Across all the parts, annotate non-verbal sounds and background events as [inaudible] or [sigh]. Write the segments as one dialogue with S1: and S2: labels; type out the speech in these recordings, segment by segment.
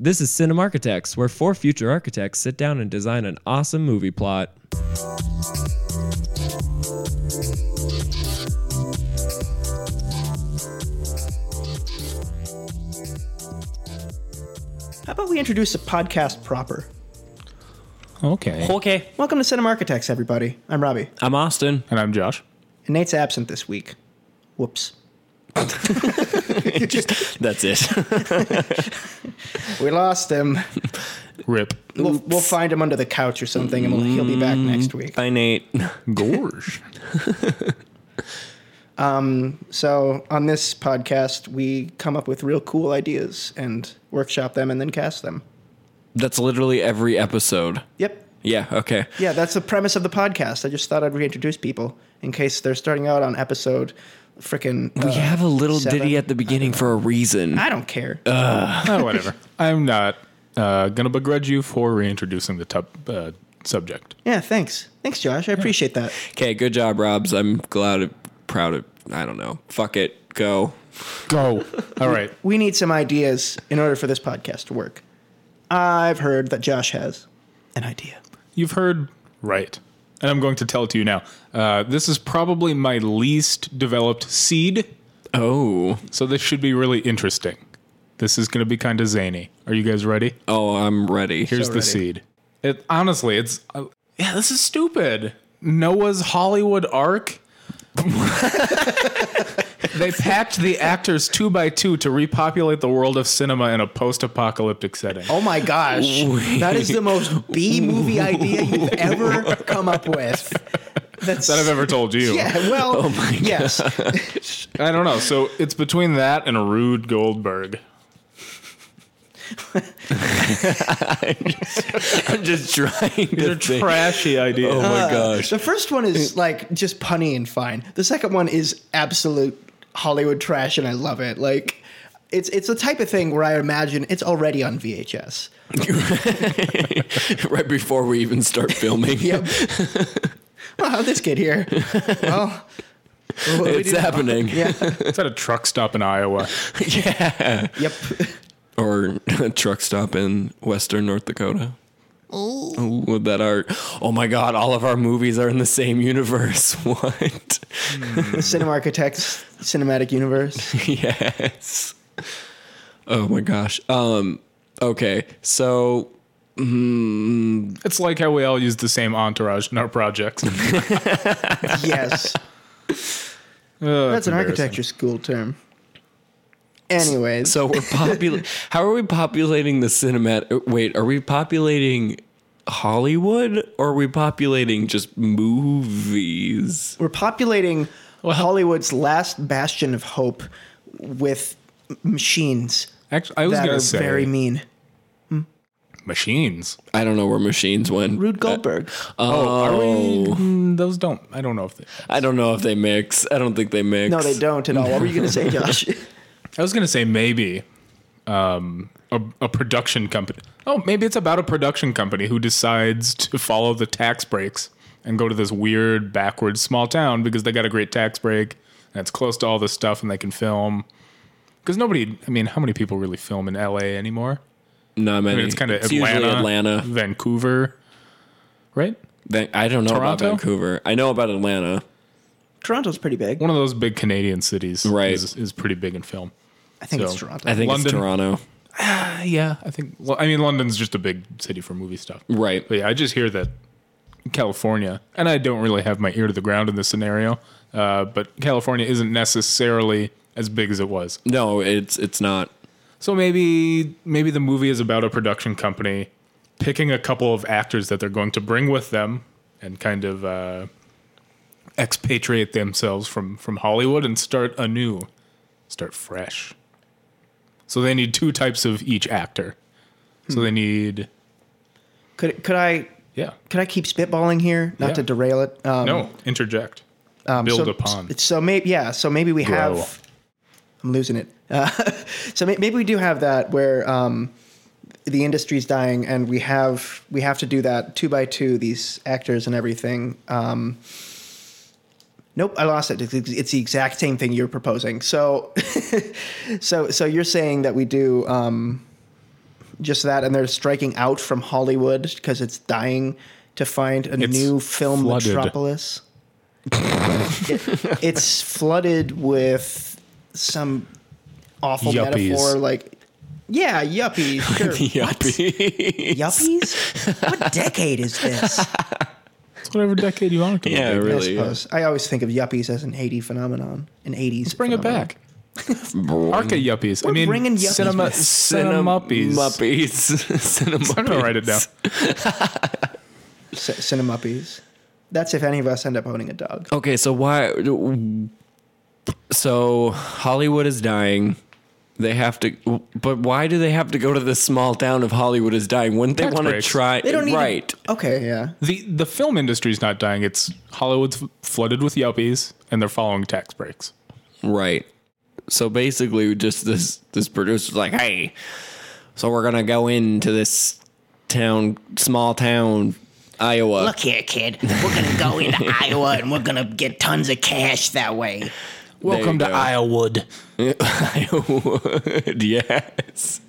S1: This is Cinema Architects, where four future architects sit down and design an awesome movie plot.
S2: How about we introduce a podcast proper?
S3: Okay.
S4: Okay.
S2: Welcome to Cinema Architects, everybody. I'm Robbie,
S4: I'm Austin.
S3: And I'm Josh.
S2: and Nate's absent this week. Whoops.
S4: That's it.
S2: We lost him.
S3: Rip.
S2: [laughs] We'll, we'll find him under the couch or something, and we'll, he'll be back next week.
S4: Bye, Nate.
S3: Gorge.
S2: So, on this podcast, we come up with real cool ideas and workshop them and then cast them.
S4: [laughs] That's literally every episode.
S2: Yep.
S4: Yeah, okay.
S2: Yeah, that's the premise of the podcast. I just thought I'd reintroduce people in case they're starting out on episode frickin'.
S4: We
S2: uh,
S4: have a little
S2: seven.
S4: ditty at the beginning for a reason.
S2: I don't care.
S3: [laughs] oh, whatever. I'm not uh, going to begrudge you for reintroducing the top uh, subject.
S2: yeah, thanks. Thanks, Josh. I appreciate that.
S4: Okay, good job, Robs. I'm glad, proud of, I don't know. Fuck it. Go.
S3: Go. [laughs] All right.
S2: We need some ideas in order for this podcast to work. I've heard that Josh has an idea.
S3: You've heard right. And I'm going to tell it to you now. Uh, this is probably my least developed seed,
S4: Oh.
S3: so this should be really interesting. This is going to be kind of zany. Are you guys ready?
S4: Oh, I'm ready.
S3: Here's the
S2: ready.
S3: seed. It honestly, it's uh, yeah, this is stupid. Noah's Hollywood Ark. [laughs] they packed the actors two by two to repopulate the world of cinema in a post-apocalyptic setting.
S2: Oh my gosh. [laughs] That is the most B movie idea [laughs] you've ever come up with. That's
S3: That I've ever told you.
S2: Yeah, well, yes.
S3: I don't know. So it's between that and Rude
S2: [laughs]
S3: Goldberg.
S4: I'm [laughs] just trying
S3: These are
S4: to think.
S3: trashy ideas.
S4: oh my
S2: [laughs]
S4: gosh.
S2: The first one is like just punny and fine. The second one is absolute Hollywood trash, and I love it. Like, it's it's the type of thing where I imagine it's already on VHS.
S4: right before we even start [laughs] filming.
S2: Yep. [laughs] well, how'd this get [laughs] here? Well, what do we
S4: It's
S2: do now?
S4: happening. [laughs]
S2: Yeah.
S3: It's at a truck stop in Iowa.
S2: Yep. [laughs]
S4: or [laughs] a truck stop in western North Dakota. Oh, would that art? Oh my God! All of our movies are in the same universe. [laughs] What?
S2: The Cinema Architects Cinematic
S3: [laughs]
S2: Universe.
S4: yes. Oh my gosh. Um. Okay. So
S3: It's like how we all use the same entourage in our projects. Ugh,
S2: Yes. That's
S3: it's
S2: an
S3: embarrassing.
S2: architecture school term. Anyways,
S4: so we're popul. How are we populating the cinematic? Wait, are we populating Hollywood or are we populating just movies?
S2: we're populating Hollywood's last bastion of hope with m- machines
S3: Actually, I was
S2: that
S3: going
S2: are
S3: to say
S2: very mean.
S3: machines.
S4: I don't know where machines went.
S2: Rude Goldberg.
S3: uh, Oh, are we? mm, Those don't. I don't know if they.
S4: I don't know if they mix. I don't think they mix.
S2: no, they don't at all. What were you going to
S3: [laughs]
S2: say, Josh?
S3: I was gonna say maybe, um, a, a production company. Oh, maybe it's about a production company who decides to follow the tax breaks and go to this weird backwards small town because they got a great tax break and it's close to all this stuff and they can film. Because nobody, I mean, how many people really film in L.A. anymore?
S4: No, many.
S3: I mean, it's kind of
S4: usually
S3: Atlanta,
S4: Atlanta.
S3: Vancouver, right?
S4: Van- I don't know about
S3: Toronto?
S4: Vancouver. I know about Atlanta.
S2: Toronto's pretty big.
S3: One of those big Canadian cities,
S4: Right.
S3: Is, is pretty big in film.
S2: I think it's
S3: So,
S2: Toronto.
S4: I think it's
S3: London.
S4: Toronto.
S3: Uh, yeah, I think. Well, I mean, London's just a big city for movie stuff.
S4: Right.
S3: But yeah, I just hear that California, and I don't really have my ear to the ground in this scenario, uh, but California isn't necessarily as big as it was.
S4: No, it's it's not.
S3: So maybe maybe the movie is about a production company picking a couple of actors that they're going to bring with them and kind of uh, expatriate themselves from from Hollywood and start anew, start fresh. So they need two types of each actor. So they need
S2: Could could I
S3: yeah.
S2: could I keep spitballing here, not
S3: Yeah.
S2: to derail it? Um,
S3: No, interject.
S2: um,
S3: build
S2: so,
S3: upon.
S2: So maybe yeah. So maybe we
S3: Grow.
S2: have. I'm losing it. Uh, [laughs] so may, maybe we do have that where um, the industry's dying, and we have we have to do that two by two. These actors and everything. Um, nope, I lost it. It's, it's the exact same thing you're [laughs] proposing. So, so so you're saying that we do. Um, just that, and they're striking out from Hollywood because it's dying to find a
S3: It's
S2: new film
S3: flooded.
S2: metropolis. [laughs] It- it's flooded with some awful
S3: Yuppies.
S2: metaphor, like yeah,
S3: [laughs]
S2: yuppies. Sure.
S4: [laughs] Yuppie.
S2: Yuppies? what decade is
S3: [laughs]
S2: this?
S3: It's whatever decade you want it to
S4: yeah,
S3: be.
S2: I
S4: really.
S2: suppose. I always think of yuppies as an 80 phenomenon, an 80s. Let's
S3: Bring it back. Arca yuppies. I
S2: We're
S3: mean,
S2: bringing yuppies
S3: cinema,
S2: back.
S3: cinemuppies.
S4: Muppies. [laughs] Cinemuppies.
S3: [laughs] I'm gonna write it down.
S2: C- Cinemuppies. That's if any of us end up owning a dog.
S4: Okay, so why? So Hollywood is dying. They have to, but why do they have to go to this small town if Hollywood is dying? Wouldn't they
S3: Tax
S4: want to
S3: breaks.
S4: try?
S2: They don't need.
S4: right.
S2: okay, yeah.
S3: The the film industry is not dying. It's Hollywood's flooded with yuppies, and they're following tax breaks.
S4: Right. So basically, just this this producer's like, hey, so we're gonna go into this town, small town, Iowa.
S5: Look here, kid. We're gonna go into
S4: [laughs]
S5: Iowa and we're gonna get tons of cash that way.
S4: Welcome to go.
S3: Iowood.
S4: [laughs] Iowood, [laughs] yes.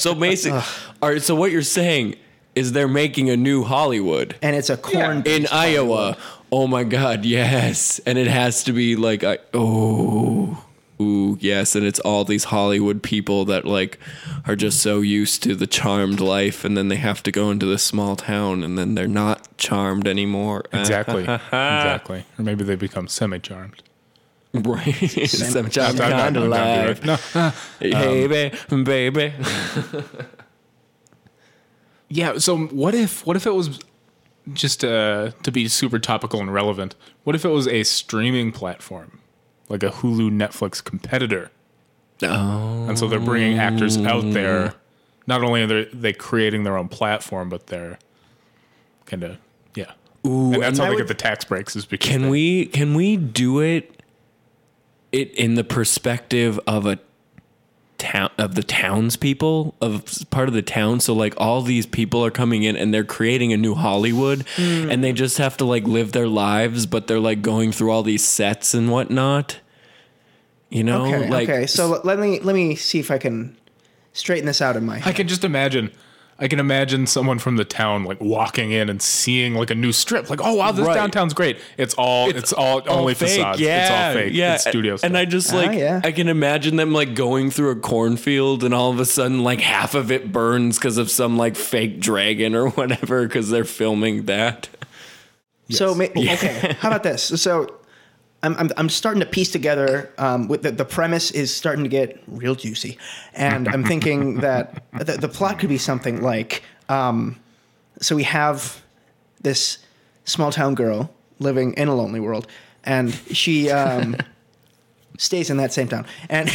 S4: So basically, all right. So what you're saying is they're making a new Hollywood.
S2: And it's a corn.
S4: in Iowa. Oh my God, yes. And it has to be like, I, oh, ooh, yes. And it's all these Hollywood people that like are just so used to the charmed life, and then they have to go into this small town, and then they're not charmed anymore.
S3: Exactly.
S4: [laughs]
S3: exactly. Or maybe they become semi charmed.
S4: right. Some charmed
S3: I'm not-
S4: kind of
S3: I'm not doing
S4: life.
S3: it. No.
S4: Hey, ba- baby.
S3: Yeah. So what if what if it was just uh, to be super topical and relevant? What if it was a streaming platform, like a Hulu, Netflix competitor?
S4: Oh.
S3: And so they're bringing actors out there. Not only are they, they creating their own platform, but they're kind of yeah. and that's
S4: and I
S3: how they
S4: would-
S3: get the tax breaks is because
S4: Can
S3: they-
S4: we can we do it it in the perspective of a town of the townspeople of s- part of the town so like all these people are coming in and they're creating a new Hollywood
S2: Hmm.
S4: and they just have to like live their lives but they're like going through all these sets and whatnot you know
S2: Okay,
S4: like
S2: okay. So l- let me let me see if I can straighten this out in my
S3: I
S2: head.
S3: can just imagine. I can imagine someone from the town like walking in and seeing like a new strip, like, oh wow, this
S4: Right.
S3: downtown's great. It's all it's, all, only
S4: fake,
S3: facades.
S4: Yeah,
S3: it's all fake.
S4: Yeah,
S3: It's studio
S4: And
S3: stuff.
S4: I just like
S2: Ah, yeah.
S4: I can imagine them like going through a cornfield, and all of a sudden, like half of it burns because of some like fake dragon or [laughs] whatever because they're filming that.
S2: So ma- okay, how about this? So I'm I'm, I'm starting to piece together. Um, with the, the premise is starting to get real juicy, and I'm thinking that the, the plot could be something like. Um, so we have this small town girl living in a lonely world, and she um, stays in that same town, and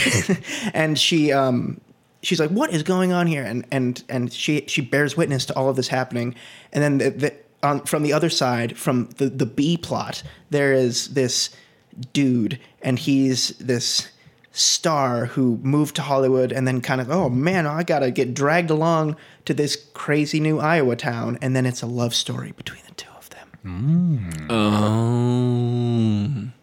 S2: [laughs] and she um, she's like, "What is going on here?" And and and she she bears witness to all of this happening, and then the, the, on, from the other side, from the the B plot, there is this dude, and he's this star who moved to Hollywood and then kind of, oh man, I gotta get dragged along to this crazy new Iowa town. And then it's a love story between the two of them.
S4: Um,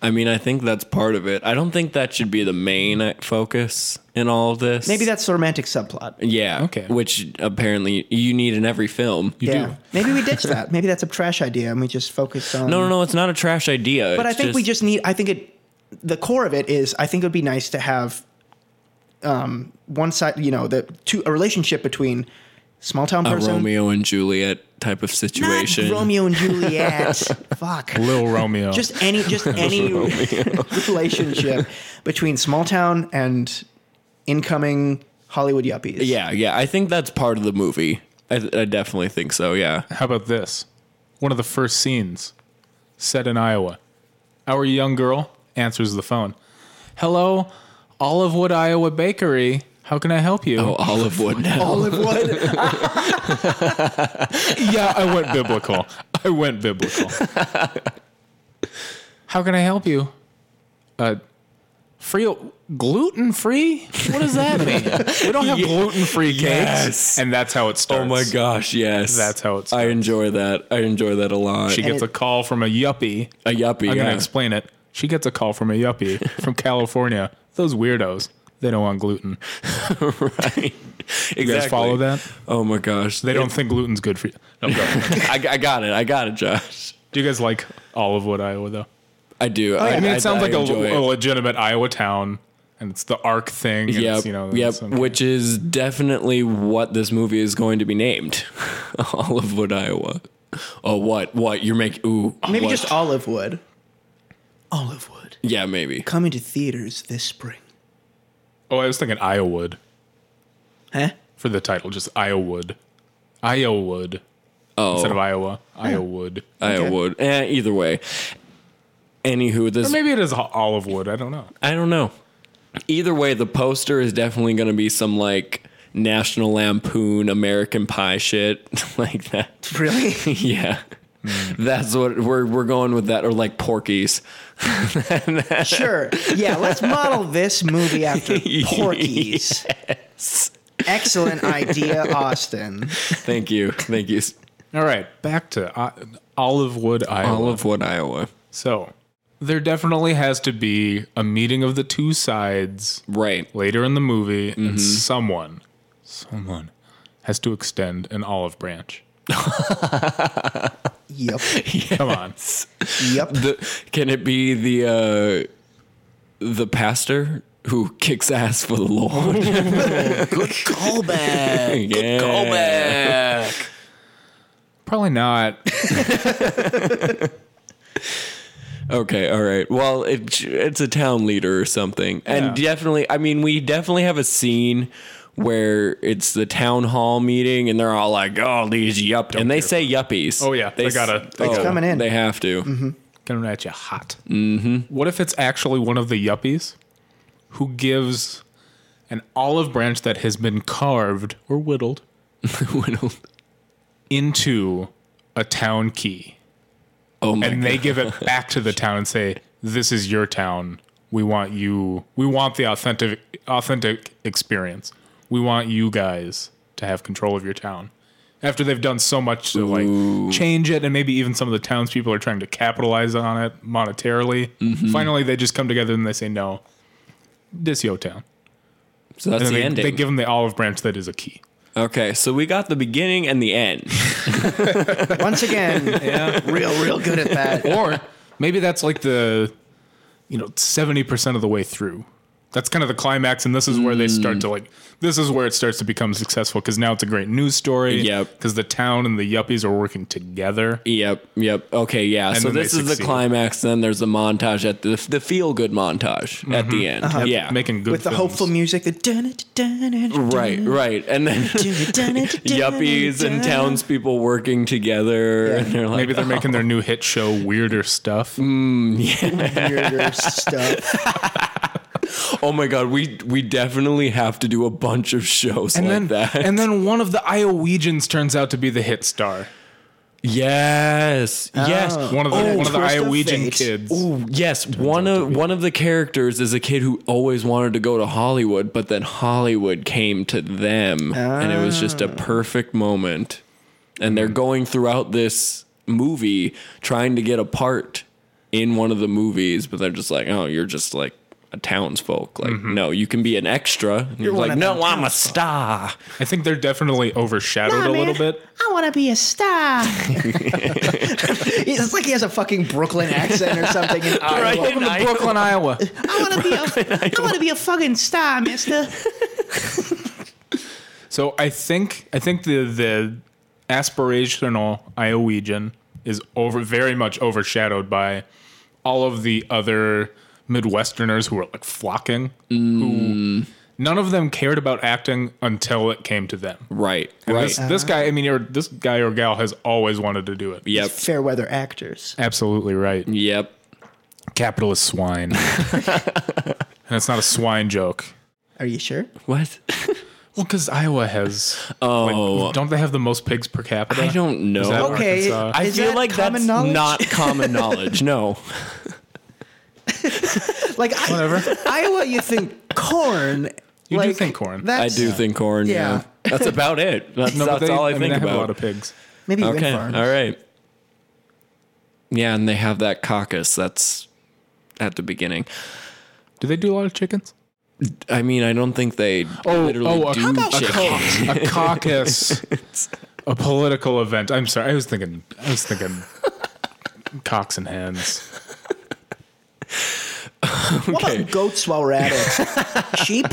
S4: I mean, I think that's part of it. I don't think that should be the main uh, focus in all of this.
S2: Maybe that's the romantic subplot.
S4: yeah.
S3: Okay.
S4: Which apparently you need in every film.
S3: You
S2: yeah.
S3: do.
S2: Maybe we ditch that. Maybe that's a trash idea and we just
S3: [laughs]
S2: focus on.
S4: No, no, no. It's not a trash idea.
S2: But I
S4: It's
S2: think we just need, I think it, the core of it is, I think it would be nice to have um, one side, you know, the two, a relationship between small town
S4: a
S2: person.
S4: Romeo and Juliet type of
S2: Not
S4: situation.
S2: Romeo
S4: [laughs]
S2: and Juliet. Fuck.
S3: Lil Romeo.
S2: just any
S4: [laughs]
S2: just any relationship between small town and incoming Hollywood yuppies.
S4: Yeah, yeah. I think that's part of the movie. I, I definitely think so. Yeah.
S3: How about this? One of the first scenes set in Iowa. Our young girl answers the phone. Hello, Olivewood Iowa Bakery. How can I help you? [laughs]
S4: Oh, olive wood now.
S2: Olive
S4: [laughs]
S2: Wood.
S3: yeah, I went biblical. I went biblical. [laughs] How can I help you? Uh, free gluten free? What does that [laughs] mean? we don't have gluten free cakes,
S4: Yes.
S3: and that's how it starts.
S4: Oh my gosh, yes.
S3: That's how it's.
S4: I enjoy that. I enjoy that a lot.
S3: She gets a call from a yuppie.
S4: a yuppie.
S3: I'm
S4: yeah.
S3: gonna explain it. She gets a call from a yuppie from California. Those weirdos. They don't want gluten.
S4: [laughs] right. Exactly.
S3: You guys follow that?
S4: Oh my gosh.
S3: They don't think gluten's good for you. No, go
S4: [laughs]
S3: ahead.
S4: I, I got it. I got it, Josh.
S3: Do you guys like Olivewood, Iowa, though?
S4: I do. I,
S3: Oh, I mean, it sounds like a,
S4: enjoy it.
S3: a legitimate Iowa town, and it's the Ark thing. and
S4: Yep.
S3: it's, you know,
S4: yep.
S3: it's-
S4: Which is definitely what this movie is going to be named. [laughs] Olivewood, Iowa. Oh, what? What? You're making. Ooh.
S6: Maybe
S4: what?
S6: just Olivewood. Olivewood.
S4: Yeah, maybe.
S6: Coming to theaters this spring.
S3: oh, I was thinking Iowood
S6: Huh?
S3: for the title, just Iowood, Iowood instead
S4: Oh,
S3: of Iowa, Iowood.
S4: Iowa. Eh, either way. Anywho, this.
S3: Or maybe it is Ho- Olivewood. I don't know.
S4: I don't know. Either way, the poster is definitely going to be some like National Lampoon American Pie shit [laughs] like that. [laughs]
S6: Really?
S4: yeah. That's what we're we're going with that or like Porky's.
S6: sure. Yeah,
S3: [laughs]
S6: let's model this movie after Porky's. Excellent idea, Austin.
S4: Thank you. Thank you.
S3: All right, back to uh, Olivewood, Iowa.
S4: Olivewood, Iowa.
S3: So there definitely has to be a meeting of the two sides
S4: Right.
S3: later in the movie,
S4: Mm-hmm.
S3: and someone, someone has to extend an olive branch.
S6: Yep.
S3: Come
S4: [laughs]
S3: on.
S6: Yep.
S4: The, can it be the uh the pastor who kicks ass for the Lord?
S2: Callback.
S4: [laughs] yeah.
S3: Probably not.
S4: Okay, all right. Well, it, it's a town leader or something. And
S3: Yeah.
S4: definitely, I mean, we definitely have a scene where it's the town hall meeting and they're all like, oh, these yup. And they say yuppies.
S3: Oh, yeah, they
S4: s-
S3: gotta- they gotta.
S6: Coming in. Mm-hmm.
S4: They have to.
S3: coming at you hot. Mm-hmm. What if it's actually one of the yuppies who gives an olive branch that has been carved or whittled
S4: Whittled.
S3: into a town key,
S4: oh, my
S3: and
S4: God.
S3: they
S4: [laughs]
S3: give it back to the town and say, "This is your town. We want you. We want the authentic, authentic experience. We want you guys to have control of your town." After they've done so much to like change it, and maybe even some of the townspeople are trying to capitalize on it monetarily.
S4: Mm-hmm.
S3: Finally, they just come together and they say, "No, this yo town."
S4: So that's
S3: And
S4: the
S3: then they,
S4: ending.
S3: they give them the olive branch that is a key.
S4: okay, so we got the beginning and the
S3: [laughs]
S4: end.
S6: Once again, real, real good at that.
S3: [laughs] or maybe that's like the you know 70% of the way through that's kind of the climax and this is where they start to like this is where it starts to become successful because now it's a great news story
S4: Yep.
S3: because the town and the yuppies are working together
S4: Yep, yep. Okay, yeah. so
S3: then they
S4: this is the
S3: succeed.
S4: climax. Then there's the montage at the the feel good montage at
S3: Mm-hmm.
S4: the end.
S6: Uh-huh.
S4: Yeah,
S3: making good
S6: With the
S3: films.
S6: hopeful music, the
S4: right, right. And then [laughs] yuppies and townspeople working together, and they're like,
S3: [laughs] maybe they're making their new hit show weirder stuff
S4: Mm,
S3: [laughs]
S6: weirder stuff.
S4: "Oh my god, we we definitely have to do a bunch of shows
S3: and
S4: like
S3: then
S4: that."
S3: and then one of the iowegians turns out to be the hit star
S4: [laughs] yes, yes,
S6: Oh.
S3: one of the one of the
S6: twist of
S3: iowegian
S6: fate.
S3: kids
S4: Ooh, yes, one of one of the characters is a kid who always wanted to go to Hollywood, but then Hollywood came to them, and it was
S6: Ah.
S4: just a perfect moment. And they're going throughout this movie trying to get a part in one of the movies, but they're just like, "Oh, you're just like a townsfolk. Like, no, you can be an extra." And you're,
S6: Mm-hmm. one
S4: like,
S6: of
S4: "No,
S6: them
S4: I'm a star."
S3: i think they're definitely overshadowed a little bit
S6: I want to be a star. it's like he has a fucking Brooklyn accent or something. In Iowa.
S4: Right? I-
S3: brooklyn
S6: [laughs]
S3: iowa
S6: I want to be a, I want to be a fucking star, Mister.
S3: So I think I think the the aspirational Iowegian is over very much overshadowed by all of the other Midwesterners who are like flocking.
S4: Mm.
S3: Who none of them cared about acting until it came to them.
S4: Right,
S3: And
S4: right.
S3: This, this guy, I mean, or this guy or gal has always wanted to do it.
S4: yep,
S6: Fair weather actors.
S3: Absolutely right.
S4: yep.
S3: Capitalist
S4: [laughs]
S3: swine. and it's not a swine joke.
S6: Are you sure?
S4: What?
S3: Well, because Iowa has.
S4: Oh.
S3: don't they have the most pigs per capita?
S4: I don't know.
S3: Is that
S6: Okay,
S3: Arkansas?
S4: I
S6: Is
S4: feel
S6: that
S4: like
S6: common
S4: that's
S6: knowledge?
S4: not common knowledge. No.
S6: [laughs] Like I,
S3: Whatever.
S6: Iowa, you think corn.
S3: You do
S6: like,
S3: think corn.
S4: I
S6: That's,
S4: do think corn. Yeah.
S6: Yeah.
S4: [laughs] That's about it. That's,
S3: No, but
S4: that's
S3: they-
S4: all I,
S3: mean,
S4: think
S3: they have
S4: about.
S3: a lot of pigs.
S6: Maybe wind
S4: okay.
S6: farms.
S4: All right. Yeah, and they have that caucus that's at the beginning.
S3: Do they do a lot of chickens?
S4: I mean, I don't think they literally
S3: Oh, a,
S4: do
S3: a
S4: chicken.
S3: cau- a caucus, a political event. I'm sorry, I was thinking, I was thinking, cocks and hens.
S6: What about goats while we're at
S4: [laughs]
S6: it? Sheep?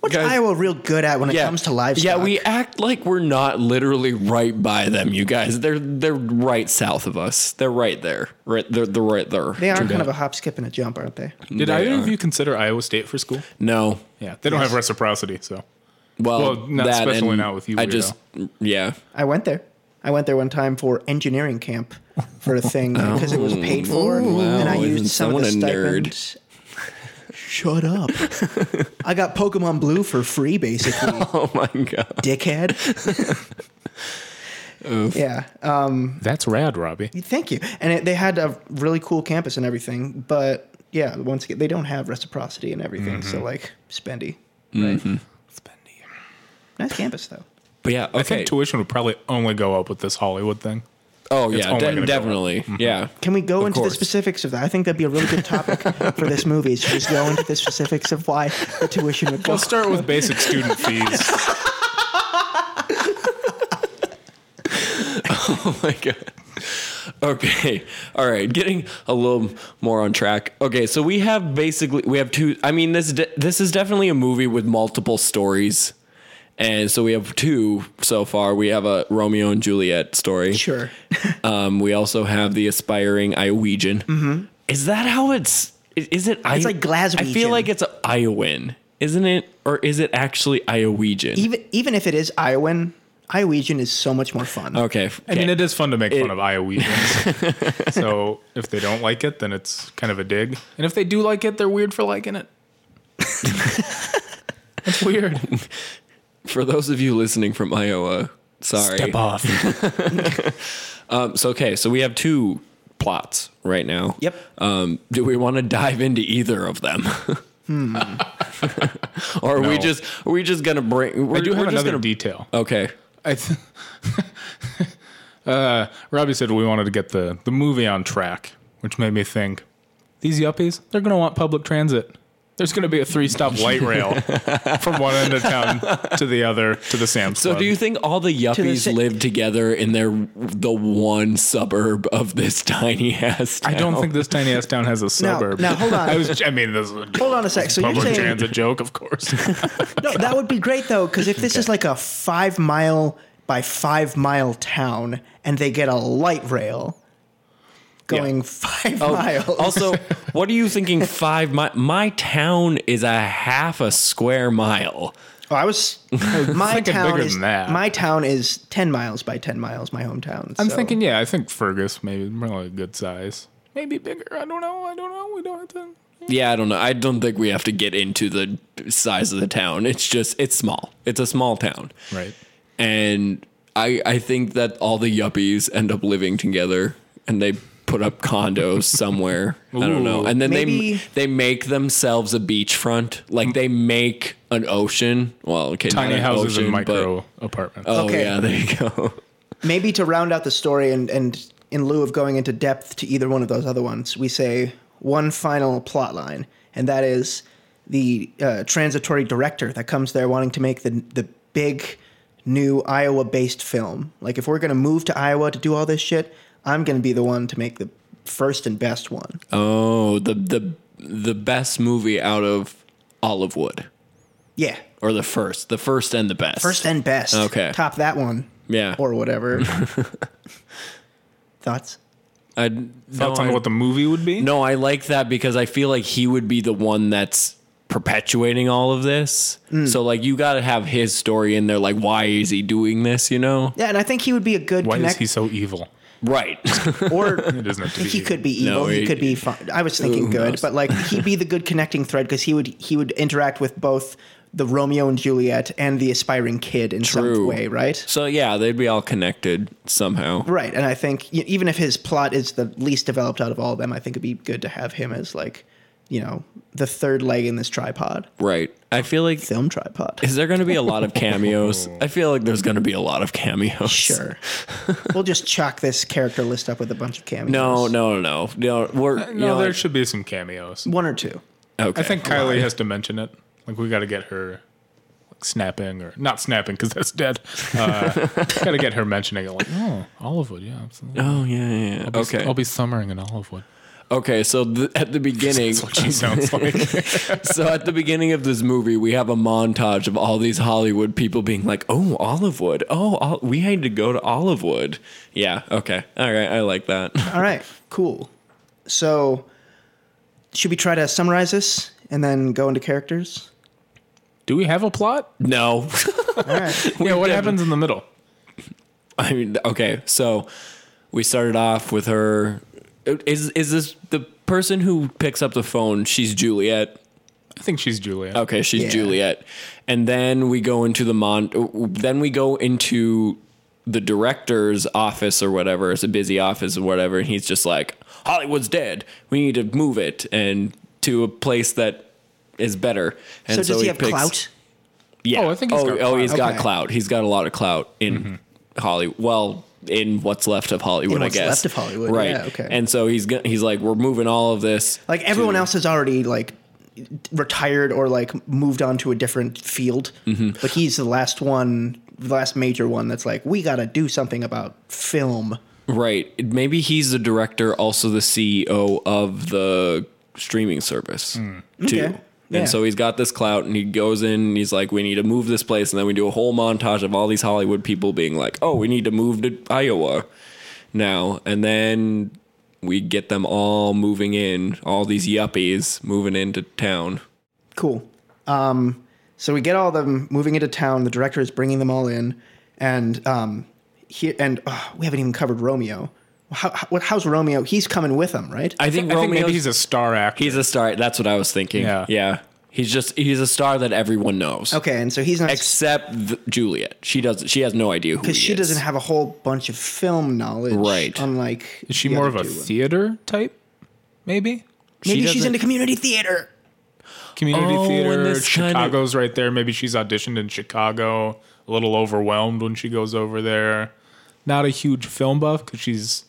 S6: What's
S4: Guys-
S6: Iowa real good at when it comes to livestock?
S4: Yeah, we act like we're not literally right by them, you guys. They're they're right south of us. They're right there. Right they're they're right there.
S6: They are kind of a hop, skip, and a jump, aren't they?
S3: Did
S4: They
S3: either of
S4: are.
S3: you consider Iowa State for school?
S4: No.
S3: Yeah, they don't have reciprocity, so
S4: Well,
S3: Well, not
S4: that
S3: especially
S4: and
S3: not with you,
S4: I
S3: weirdo.
S4: just yeah. [laughs]
S6: I went there. I went there one time for engineering camp for
S4: [laughs]
S6: a thing because it was paid for, and I
S4: Oh. Wow,
S6: used
S4: isn't
S6: some of the
S4: someone a nerd?
S6: stipend. Shut up! I got Pokemon Blue for free, basically,
S4: [laughs] Oh my god.
S6: dickhead. Yeah. Um,
S3: that's rad, Robbie.
S6: thank you. And it, they had a really cool campus and everything, but yeah, once again, they don't have reciprocity and everything.
S4: Mm-hmm.
S6: So like, spendy, right? Nice campus though.
S4: But yeah,
S3: I think
S4: okay.
S3: tuition would probably only go up with this Hollywood thing.
S4: Oh
S3: it's
S4: yeah,
S3: only
S4: de-
S3: gonna go up.
S4: definitely. Yeah.
S6: Can we go
S4: Of
S6: into
S4: course.
S6: the specifics of that? I think that'd be a really good topic for this movie. Is just go into the specifics of why the tuition would go.
S3: We'll start with basic [laughs] student fees.
S4: [laughs] my god. Okay. All right. Getting a little more on track. Okay. So we have basically we have two. I mean this de- this is definitely a movie with multiple stories, and so we have two so far. We have a Romeo and Juliet story.
S6: Sure.
S4: Um. We also have the aspiring Iowegian. Mm-hmm. Is that how it's? i- Is it? It's
S6: like
S4: I feel
S6: Glaswegian.
S4: like it's a Iowan, isn't it? Or is it actually Iowegian?
S6: Even even if it is Iowan, Iowegian is so much more fun.
S4: okay. okay.
S3: I mean, it is fun to make fun of Iowans.
S4: [laughs]
S3: so if they don't like it, then it's kind of a dig. And if they do like it, they're weird for liking
S4: [laughs]
S3: it. That's weird.
S4: for those of you listening from Iowa, sorry.
S3: off.
S4: Um, so okay, so we have two plots right now.
S6: Yep.
S4: Um, do we want to dive into either of them? [laughs] or are we
S3: No.
S4: just are we just gonna bring? We're,
S3: I do
S4: we're
S3: have
S4: just
S3: another
S4: gonna-
S3: detail.
S4: Okay.
S3: I th- [laughs] uh, Robbie said we wanted to get the, the movie on track, which made me think these yuppies, they're going to want public transit. There's going to be a three stop
S4: [laughs]
S3: light rail from one end of town to the other to the Sam's
S4: So
S3: Club.
S4: do you think all the yuppies
S6: si-
S4: live together in their the one suburb of this [laughs] tiny ass?
S3: I don't
S4: town?
S3: think this tiny ass town has a suburb.
S6: now, hold on.
S3: [laughs] I was. I mean, this is a
S6: Hold on a sec. So you're
S3: public
S6: saying
S3: transit joke, of
S6: [laughs]
S3: course.
S6: no, that would be great though, because if this is like a five mile by five mile town, and they get a light rail going five miles.
S3: [laughs]
S4: Also, what are you thinking? Five my my town is a half a square mile.
S6: Oh, I [laughs] was my
S3: thinking
S6: town
S3: bigger
S6: is
S3: than that.
S6: my town is ten miles by ten miles. My hometown.
S3: I'm
S6: so-
S3: thinking, yeah, I think Fergus maybe really a good size, maybe bigger. I don't know. I don't know. We don't have to.
S4: Yeah, I don't know. I don't think we have to get into the size of the town. It's just it's small. It's a small town.
S3: Right.
S4: And I I think that all the yuppies end up living together and they put up
S3: [laughs]
S4: condos somewhere. I don't know.
S3: Ooh.
S4: And then
S6: Maybe-
S4: they they make themselves a beachfront. Like they make an ocean. Well, okay,
S3: Tiny
S4: not an
S3: houses
S4: ocean,
S3: and
S4: but-
S3: micro apartments.
S4: oh
S6: Okay.
S4: yeah, there you go.
S6: maybe to round out the story and and in lieu of going into depth to either one of those other ones, we say one final plot line, and that is the uh, transitory director that comes there wanting to make the the big new Iowa based film. Like if we're gonna move to Iowa to do all this shit, I'm gonna be the one to make the first and best one.
S3: Uh,
S4: Oh, the the the best movie out of Olive Wood.
S6: Yeah.
S4: Or the first. The first and the best.
S6: First and best.
S4: Okay.
S6: Top that one.
S4: Yeah.
S6: Or whatever. Thoughts?
S4: I'd,
S3: Thoughts
S4: no,
S3: on
S4: I-
S3: what the movie would be?
S4: No, I like that because I feel like he would be the one that's perpetuating all of this.
S6: Hmm.
S4: So like you got to have his story in there like why is he doing this, you know?
S6: Yeah, and I think he would be a good
S3: Why
S6: connect
S3: is he so evil?
S4: Right. [laughs]
S6: or
S3: It doesn't have to be.
S6: he
S3: evil.
S6: could be
S4: No,
S6: evil. he,
S4: he-
S6: could be fun. I was thinking
S4: Who
S6: good,
S4: knows?
S6: but like he'd be the good connecting thread because he would he would interact with both the Romeo and Juliet and the aspiring kid in
S4: True.
S6: some way, right?
S4: so yeah, they'd be all connected somehow.
S6: Right, and I think y- even if his plot is the least developed out of all of them, I think it'd be good to have him as like you know the third leg in this tripod,
S4: Right. I feel like
S6: film tripod.
S4: is there going to be a lot of
S3: [laughs]
S4: cameos? I feel like there's going to be a lot of cameos. [laughs]
S6: Sure, we'll just chalk this character list up with a bunch of cameos.
S4: No, no, no, no. We're
S3: Uh, No,
S4: you know,
S3: there
S4: like-
S3: should be some cameos.
S6: one or two.
S4: Okay.
S3: I think Kylie has to mention it. Like we got to get her like, snapping or not snapping because that's dead. Uh,
S4: [laughs]
S3: got to get her mentioning it. Like oh, Olivewood, yeah, absolutely.
S4: Oh yeah, yeah. yeah.
S3: I'll be-
S4: okay.
S3: I'll be summering in [laughs] Olivewood.
S4: okay. So th- at
S3: [laughs]
S4: the beginning,
S3: That's what she [laughs] sounds like.
S4: so at the beginning of this movie, we have a montage of all these Hollywood people being like, "Oh, Olivewood. Oh, Ol- we had to go to Olivewood." Yeah. Okay. All right. I like that. [laughs]
S6: All right, cool. So, should we try to summarize this and then go into characters?
S3: Do we have a plot?
S4: No. [laughs]
S6: All right.
S3: [laughs] yeah. What happens in the middle?
S4: I mean, okay. So we started off with her. Is is this the person who picks up the phone? She's Juliet.
S3: I think she's Julia.
S4: Okay, she's
S6: Yeah.
S4: Juliet. And then we go into the mon then we go into the director's office or whatever. It's a busy office or whatever, and he's just like, Hollywood's dead. We need to move it and to a place that is better. And
S6: So, does he have
S4: picks-
S6: clout?
S4: Yeah.
S3: Oh, I think he's
S4: oh, oh,
S3: got clout. Mm-hmm.
S4: he's got
S6: Okay.
S4: clout. He's got a lot of clout in Hollywood. Well, in what's left of Hollywood,
S6: what's
S4: I guess.
S6: left of Hollywood,
S4: right?
S6: yeah, okay.
S4: And so he's go- he's like, we're moving all of this.
S6: Like everyone else has already like retired or like moved on to a different field,
S4: Mm-hmm.
S6: but he's the last one, the last major one that's like we got to do something about film.
S4: Right. Maybe he's the director, also the CEO of the streaming service too.
S6: Okay. Yeah.
S4: And so he's got this clout, and he goes in. And he's like, "We need to move this place," and then we do a whole montage of all these Hollywood people being like, "Oh, we need to move to Iowa now," and then we get them all moving in, all these yuppies moving into town.
S6: Cool. Um, so we get all of them moving into town. The director is bringing them all in, and um, he and oh, we haven't even covered Romeo. How, how, how's Romeo? He's coming with them, right?
S4: I think
S3: I think
S4: Romeo.
S3: maybe
S4: He's
S3: he's
S4: a,
S3: a star actor.
S4: star. That's what I was thinking.
S3: Yeah.
S4: yeah. He's just he's a star that everyone knows.
S6: okay, and so he's not
S4: except th Juliet. She does. She has no idea who
S6: because
S4: he
S6: she
S4: is.
S6: doesn't have a whole bunch of film knowledge,
S4: Right.
S6: Unlike
S3: Is she
S6: the
S3: more of
S6: other
S3: a
S6: two.
S3: theater type? Maybe
S4: She
S6: maybe she's
S4: doesn't-
S6: into community theater.
S3: community
S4: Oh, and
S3: theater.
S4: this kinda-
S3: Chicago's right there. Maybe she's auditioned in Chicago. A little overwhelmed when she goes over there. Not a huge film buff because she's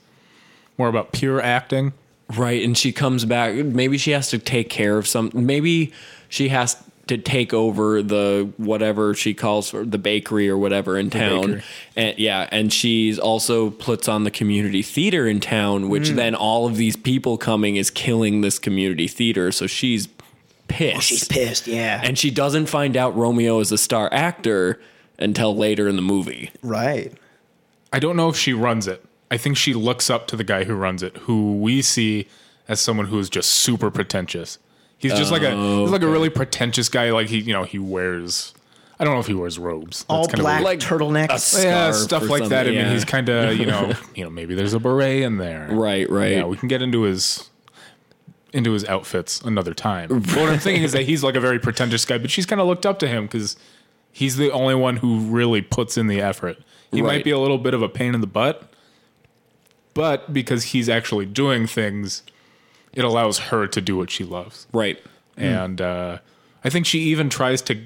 S3: more about pure acting.
S4: right, and she comes back. Maybe she has to take care of some. Maybe she has to take over the whatever she calls for the bakery or whatever in town.
S3: bakery.
S4: And yeah, and she's also puts on the community theater in town, which
S3: Mm.
S4: then all of these people coming is killing this community theater. So she's
S3: Oh,
S4: pissed.
S6: She's pissed. Yeah.
S4: and she doesn't find out Romeo is a star actor until later in the movie.
S6: right.
S3: I don't know if she runs it. I think she looks up to the guy who runs it, who we see as someone who is just super pretentious. He's just like a he's like a really pretentious guy. Like he, you know, he wears. I don't know if he wears robes. That's
S6: All
S3: kinda weird.
S6: black
S4: Like
S6: turtlenecks.
S4: a-
S3: Oh, yeah,
S4: scarf
S3: stuff
S4: or
S3: like that. I
S4: something,
S3: mean,
S4: yeah.
S3: he's
S4: [laughs]
S3: kind of you know you know maybe there's a beret in there.
S4: Right, right.
S3: Yeah, we can get into his into his outfits
S4: [laughs]
S3: another time. But what I'm thinking is that he's like a very pretentious guy, but she's kind of looked up to him because he's the only one who really puts in the effort. He
S4: Right.
S3: might be a little bit of a pain in the butt, but because he's actually doing things, it allows her to do what she loves
S4: Right.
S3: and uh, I think she even tries to.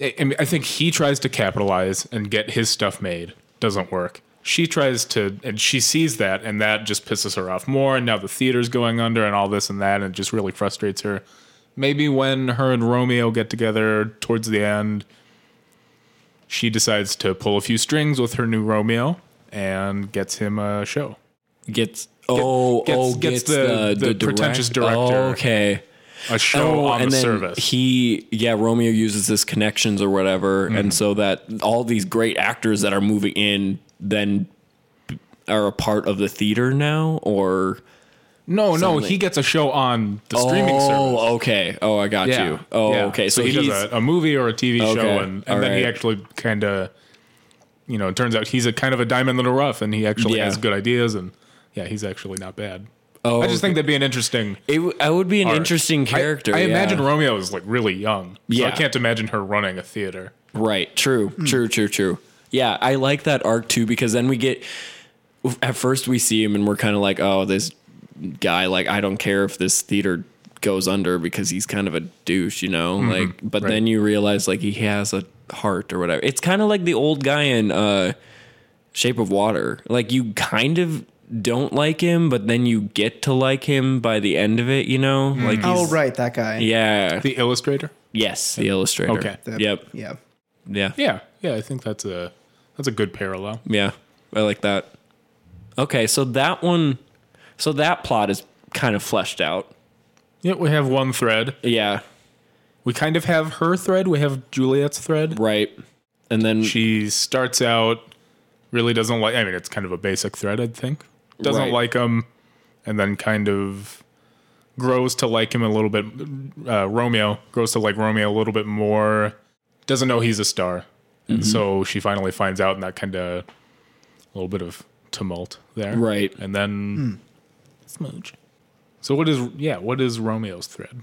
S3: I, I mean, I think he tries to capitalize and get his stuff made. Doesn't work. She tries to, and she sees that, and that just pisses her off more. And now the theater's going under, and all this and that, and it just really frustrates her. Maybe when her and Romeo get together towards the end, she decides to pull a few strings with her new Romeo and gets him a show.
S4: gets oh
S3: gets-
S4: oh
S3: gets
S4: gets,
S3: the-
S4: the, oh,
S3: the pretentious director.
S4: okay.
S3: A show
S4: oh,
S3: on
S4: and
S3: the
S4: then
S3: service.
S4: he yeah Romeo uses his connections or whatever,
S3: Mm-hmm.
S4: and so that all these great actors that are moving in then are a part of the theater now or
S3: no, no,
S4: Something.
S3: he gets a show on the streaming service.
S4: oh okay oh I got you oh
S3: Yeah.
S4: okay so,
S3: he
S4: he's
S3: does a, a movie or a TV show,
S4: Okay.
S3: and,
S4: All
S3: and then he
S4: right.
S3: actually kind of, you know, it turns out he's a kind of a diamond in the rough, and he actually
S4: Yeah.
S3: has good ideas, and yeah, he's actually not bad.
S4: Oh,
S3: I just think that'd be an interesting
S4: it, w- I would be an
S3: art.
S4: interesting
S3: I-
S4: character
S3: I,
S4: yeah.
S3: imagine Romeo is like really young, so I
S4: Yeah.
S3: can't imagine her running a theater.
S4: Right. True. True. True. True. Yeah, I like that arc too because then we get. At first, we see him and we're kind of like, "Oh, this guy. Like, I don't care if this theater goes under because he's kind of a douche, you know." like, but
S3: right.
S4: then you realize like he has a heart or whatever. It's kind of like the old guy in uh, Shape of Water. Like, you kind of don't like him, but then you get to like him by the end of it, you know? Like he's,
S6: Oh right, that guy.
S4: Yeah.
S3: The illustrator.
S4: yes, the illustrator.
S3: Okay.
S6: That-
S4: Yep.
S6: Yeah.
S4: Yeah.
S3: Yeah, yeah. I think that's a that's a good parallel.
S4: Yeah. I like that. Okay, so that one so that plot is kind of fleshed out.
S3: Yeah, we have one thread.
S4: Yeah.
S3: We kind of have her thread. We have Juliet's thread.
S4: Right. And then
S3: She starts out really doesn't like. I mean, it's kind of a basic thread. I think doesn't
S4: Right.
S3: like him, and then kind of grows to like him a little bit. Uh, Romeo grows to like Romeo a little bit more. Doesn't know he's a star, and
S4: Mm-hmm.
S3: so she finally finds out, and that kind of a little bit of tumult there.
S4: Right.
S3: and then Hmm. smooch. So what is yeah? What is Romeo's thread?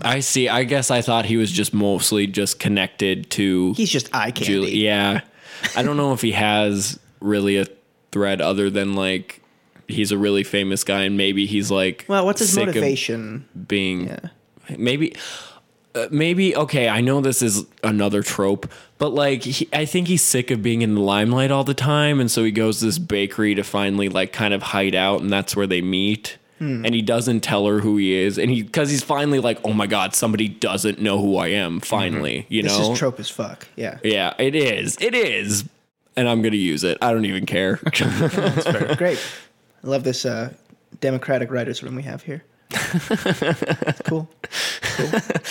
S4: I see. I guess I thought he was just mostly just connected to
S2: He's just eye candy.
S4: Julie. Yeah. I don't know if he has really a thread other than like he's a really famous guy and maybe he's like
S6: Well, what's his
S4: sick of
S6: motivation?
S4: being maybe uh, maybe okay, I know this is another trope, but like he, I think he's sick of being in the limelight all the time and so he goes to this bakery to finally like kind of hide out and that's where they meet.
S6: Hmm.
S4: And he doesn't tell her who he is, and he because he's finally like, oh my god, somebody doesn't know who I am. Finally, you
S6: Mm-hmm. This
S4: know,
S6: is trope as fuck. Yeah.
S4: yeah, it is. It is. And I'm going to use it. I don't even
S6: [laughs]
S4: care. [laughs]
S6: Great. I love this uh, democratic writers room we
S4: [laughs]
S6: have here. cool.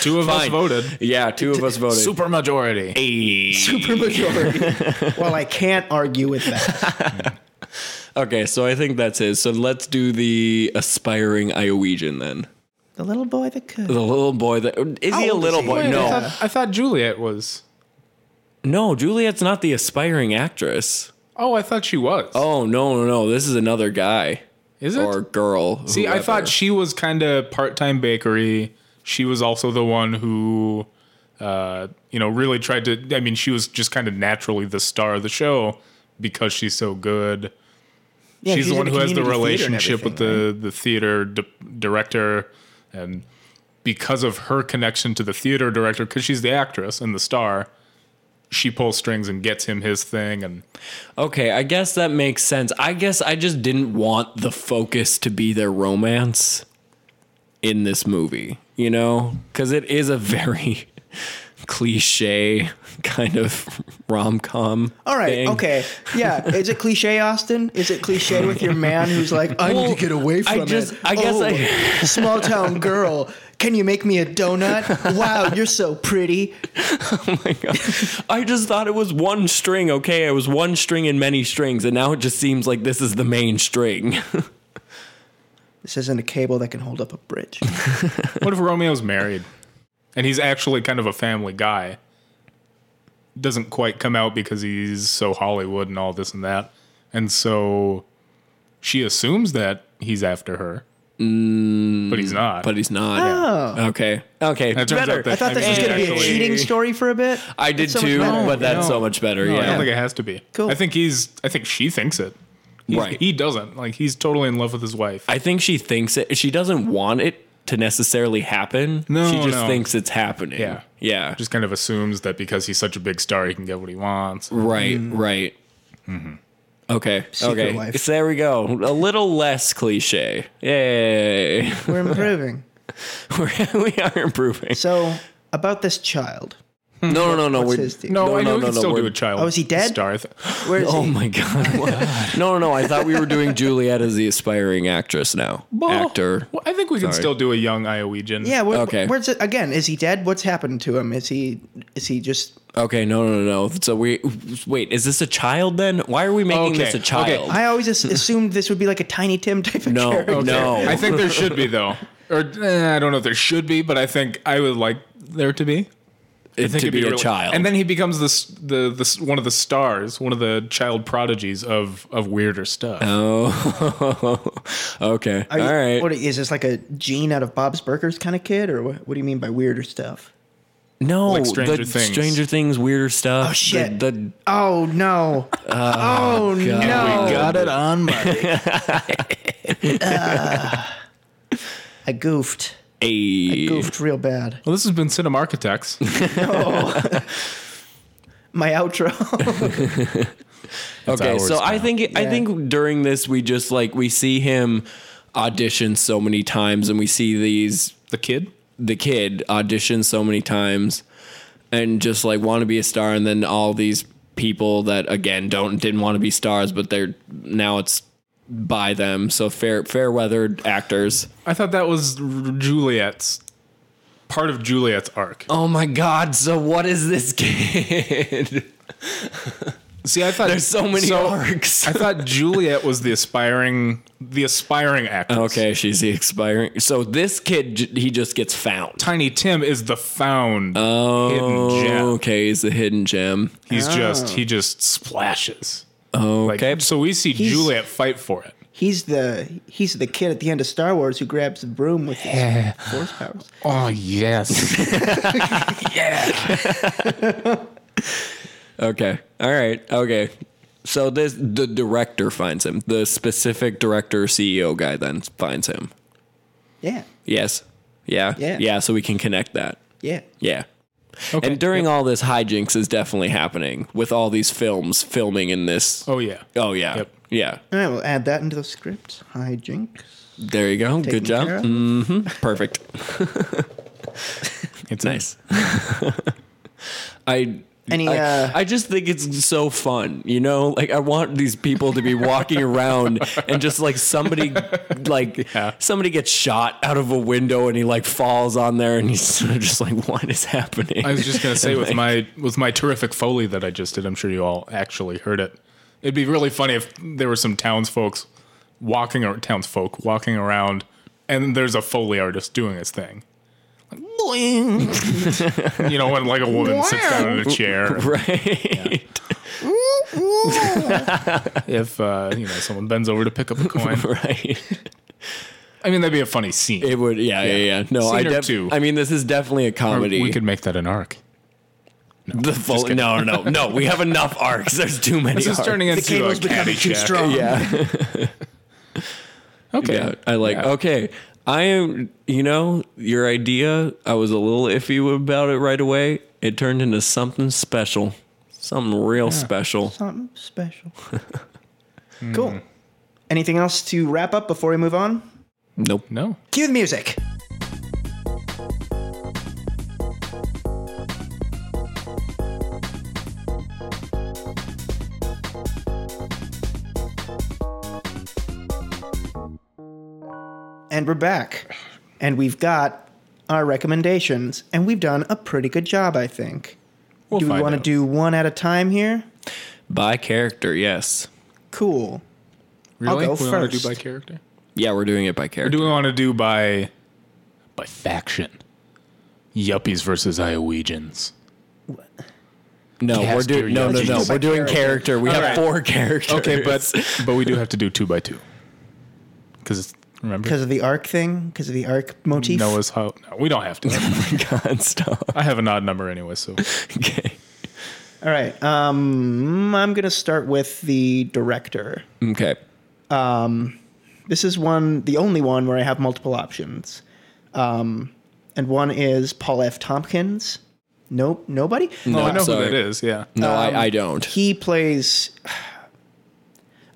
S3: Two of us
S4: Fine.
S3: voted.
S4: yeah, two of us voted.
S3: Super majority.
S4: [laughs]
S6: Supermajority. well, I can't argue with that.
S4: Okay, so I think that's his. So let's do the aspiring Iowegian then.
S6: The little boy that could.
S4: The little boy that is he a
S6: old is
S4: little
S6: he?
S4: boy?
S6: Wait,
S4: No.
S3: I thought, I thought Juliet was.
S4: No, Juliet's not the aspiring actress.
S3: Oh, I thought she was.
S4: Oh, no, no, no. This is another guy
S3: is it?
S4: or girl.
S3: See, I
S4: whoever.
S3: thought she was kind of part-time bakery. She was also the one who, uh, you know, really tried to. I mean, she was just kind of naturally the star of the show because she's so good.
S6: Yeah,
S3: she's, the
S6: in
S3: one who has the
S6: community theater and
S3: relationship with
S6: everything,
S3: the the theater di- director, and because of her connection to the theater director, because she's the actress and the star, she pulls strings and gets him his thing. And
S4: Okay, I guess that makes sense. I guess I just didn't want the focus to be their romance in this movie, you know? Because it is a [laughs] very cliche kind of rom com.
S6: All right. Okay. Yeah. Is it cliche, Austin? Is it cliche with your man who's like, I
S4: Well,
S6: need to get away
S4: I
S6: from
S4: just-
S6: it?
S4: I guess
S6: oh,
S4: I-
S6: small town girl. Can you make me a donut? Wow, you're so pretty.
S4: I just thought it was one string, okay? It was one string in many strings, and now it just seems like this is the main string. [laughs]
S6: This isn't a cable that can hold up a bridge.
S3: what if Romeo's married, and he's actually kind of a family guy? Doesn't quite come out because he's so Hollywood and all this and that, and so she assumes that he's after her, but he's not.
S4: but he's not.
S6: Oh.
S4: Okay. Okay.
S3: It turns
S4: better.
S3: out that-
S6: I thought this
S3: mean,
S6: was
S3: she's
S6: going to be a
S3: actually-
S6: cheating story for a bit.
S4: I did
S6: It's so much
S4: too,
S6: better.
S4: but that's
S3: No.
S4: so much better.
S3: No, I
S4: yeah.
S3: don't think it has to be.
S6: Cool.
S3: I think he's. I think she thinks it. He's-
S4: Right.
S3: He doesn't. Like he's totally in love with his wife.
S4: I think she thinks it. She doesn't want it to necessarily happen.
S3: No,
S4: she just
S3: no.
S4: thinks it's happening.
S3: Yeah.
S4: yeah,
S3: Just kind of assumes that because he's such a big star, he can get what he wants.
S4: right,
S3: mm.
S4: right.
S3: Mm-hmm.
S4: Okay,
S6: Secret
S4: okay.
S6: life.
S4: So there we go. A little less cliche. Yay! [laughs]
S6: We're improving.
S4: We're- we are improving.
S6: So about this child.
S4: No, no, no, no.
S6: What's
S4: We're,
S6: his deal?
S3: No, I
S4: no,
S3: know
S4: no,
S3: we can
S4: no,
S3: still do
S4: we're-
S3: a child.
S6: Oh, is he dead?
S3: Star. I th-
S6: Where is
S4: [laughs] Oh
S6: he?
S4: my
S3: [laughs]
S4: god! What? no, no, no. I thought we were doing Juliet as the aspiring actress now, actor.
S3: Well, I think we can still do a young Iowegian.
S6: Yeah. Where,
S4: Okay.
S6: Where's it again? Is he dead? What's happened to him? Is he? Is he just?
S4: Okay, no, no, no. So we wait. Is this a child then? Why are we making
S3: Okay,
S4: this a
S3: okay.
S4: child?
S6: I always as- assumed this would be like a Tiny Tim type
S3: [laughs]
S6: of
S4: No,
S6: character.
S4: no.
S3: I think there should be though, or eh, I don't know if there should be, but I think I would like there to be. I
S4: it,
S3: think
S4: to
S3: it'd
S4: be, a
S3: really-
S4: child.
S3: and then he becomes the s- the the s- one of the stars, one of the child prodigies of of weirder stuff.
S4: Oh, [laughs] okay.
S6: Are you-
S4: All right.
S6: What is this like a Gene out of Bob's Burgers kind of kid, or what, what do you mean by weirder stuff?
S4: no,
S3: Like Stranger
S4: the
S3: Things.
S4: Stranger Things, weirder stuff.
S6: Oh, shit.
S4: The, the-
S6: Oh no! oh no!
S3: it on Monday.
S6: [laughs] Ah. I goofed.
S4: Ay.
S6: Goofed real bad.
S3: well, this has been Cinema
S4: [laughs]
S3: Architects.
S6: My outro.
S4: okay,
S3: ours
S4: so I
S3: now.
S4: think I
S6: Yeah.
S4: think during this we just like we see him audition so many times, and we see these
S3: The kid?
S4: the kid audition so many times, and just like want to be a star, and then all these people that again don't didn't want to be stars, but they're now it's by them. So fair fair weathered actors.
S3: I thought that was R- Juliet's part of Juliet's arc.
S4: Oh my god! So what is this kid? [laughs]
S3: See, I thought
S4: There's so many arcs.
S3: I thought Juliet was the aspiring the aspiring actress.
S4: okay, she's the expiring. So this kid j- he just gets found.
S3: Tiny Tim is the found hidden gem.
S4: Okay, he's the hidden gem.
S3: He's just he just splashes.
S4: Okay.
S3: Like, so we see Juliet fight for it.
S6: [laughs] He's the he's the kid at the end of Star Wars who grabs the broom with his force powers.
S3: Oh yes.
S4: Okay. All right. Okay. So this the director finds him. The specific director CEO guy then finds him.
S6: Yeah,
S4: Yes. Yeah.
S6: Yeah.
S4: Yeah, so we can connect that.
S6: yeah.
S4: Yeah. And during all this hijinks is definitely happening with all these films filming in this
S3: oh yeah.
S4: Oh yeah.
S3: Yep.
S4: Yeah.
S6: All right, we'll add that into the script. Hijinks.
S4: There you go.
S6: Taken
S4: Good job.
S6: care of.
S4: hmm Perfect.
S3: [laughs]
S4: [laughs]
S3: It's
S4: nice. [laughs] I
S6: Any,
S4: I,
S6: uh,
S4: I just think it's so fun, you know. Like I want these people to be
S3: [laughs]
S4: walking around and just like somebody, like somebody gets shot out of a window and he like falls on there and he's [laughs] sort of just like, what is happening?
S3: I was just gonna say with my with my terrific foley that I just did, I'm sure you all actually heard it. It'd be really funny if there were some townsfolks walking or townsfolk walking around and there's a foley artist doing his thing.
S4: [laughs]
S3: Like, boing. you know, when like a woman sits down in a
S4: [laughs]
S3: chair.
S4: right.
S3: If uh, you know, someone bends over to pick up a
S4: [laughs]
S3: coin.
S4: Right.
S3: I mean that'd be a funny scene.
S4: It would. Yeah. Yeah. Yeah. No. I.
S3: Scene or
S4: Def-
S3: two.
S4: I mean, this is definitely a comedy.
S3: We could make that an arc.
S4: the full. No. No. No. We have enough arcs. There's too many.
S3: This is
S4: arcs.
S3: turning
S6: The
S3: into a
S6: cable's becoming too
S3: Caddyshack.
S6: strong.
S4: [laughs] Yeah.
S3: Okay.
S4: Yeah, I like. Okay, I am. You know, your idea. I was a little iffy about it right away. It turned into something special, something real special.
S6: Something special.
S3: Hmm.
S6: cool. Anything else to wrap up before we move on?
S4: Nope.
S3: No.
S6: Cue the music. And we're back. And we've got our recommendations. And we've done a pretty good job, I think.
S3: We'll
S6: do we
S3: find
S6: want to
S3: out.
S6: do one at a time here?
S4: By character, yes.
S6: Cool.
S3: really?
S6: go
S3: we want to
S6: first.
S3: do by character?
S4: Yeah, we're doing it by
S3: Or
S4: character.
S3: do we want to do by by faction? Yuppies versus Iowegians.
S4: no, we're
S3: Cast your
S4: doing. No, no, no.
S3: judgments.
S4: We're doing character. We have
S3: right.
S4: four [laughs] characters.
S3: Okay, but [laughs] but we do have to do two by two because it's remember
S6: Because of the arc thing? Because of the arc motif?
S3: Noah's how no, we don't have
S6: [laughs]
S3: to.
S4: [laughs] God, stop.
S3: [laughs] I have an odd number anyway, so
S4: Okay.
S6: All right. Um, I'm going to start with the director.
S4: Okay.
S6: This is one, the only one where I have multiple options. Um, and one is Paul F. Tompkins. Nope, nobody.
S3: no, I know
S4: sorry.
S3: who that is. Yeah,
S4: No, I, I don't. [laughs]
S6: He plays. [sighs]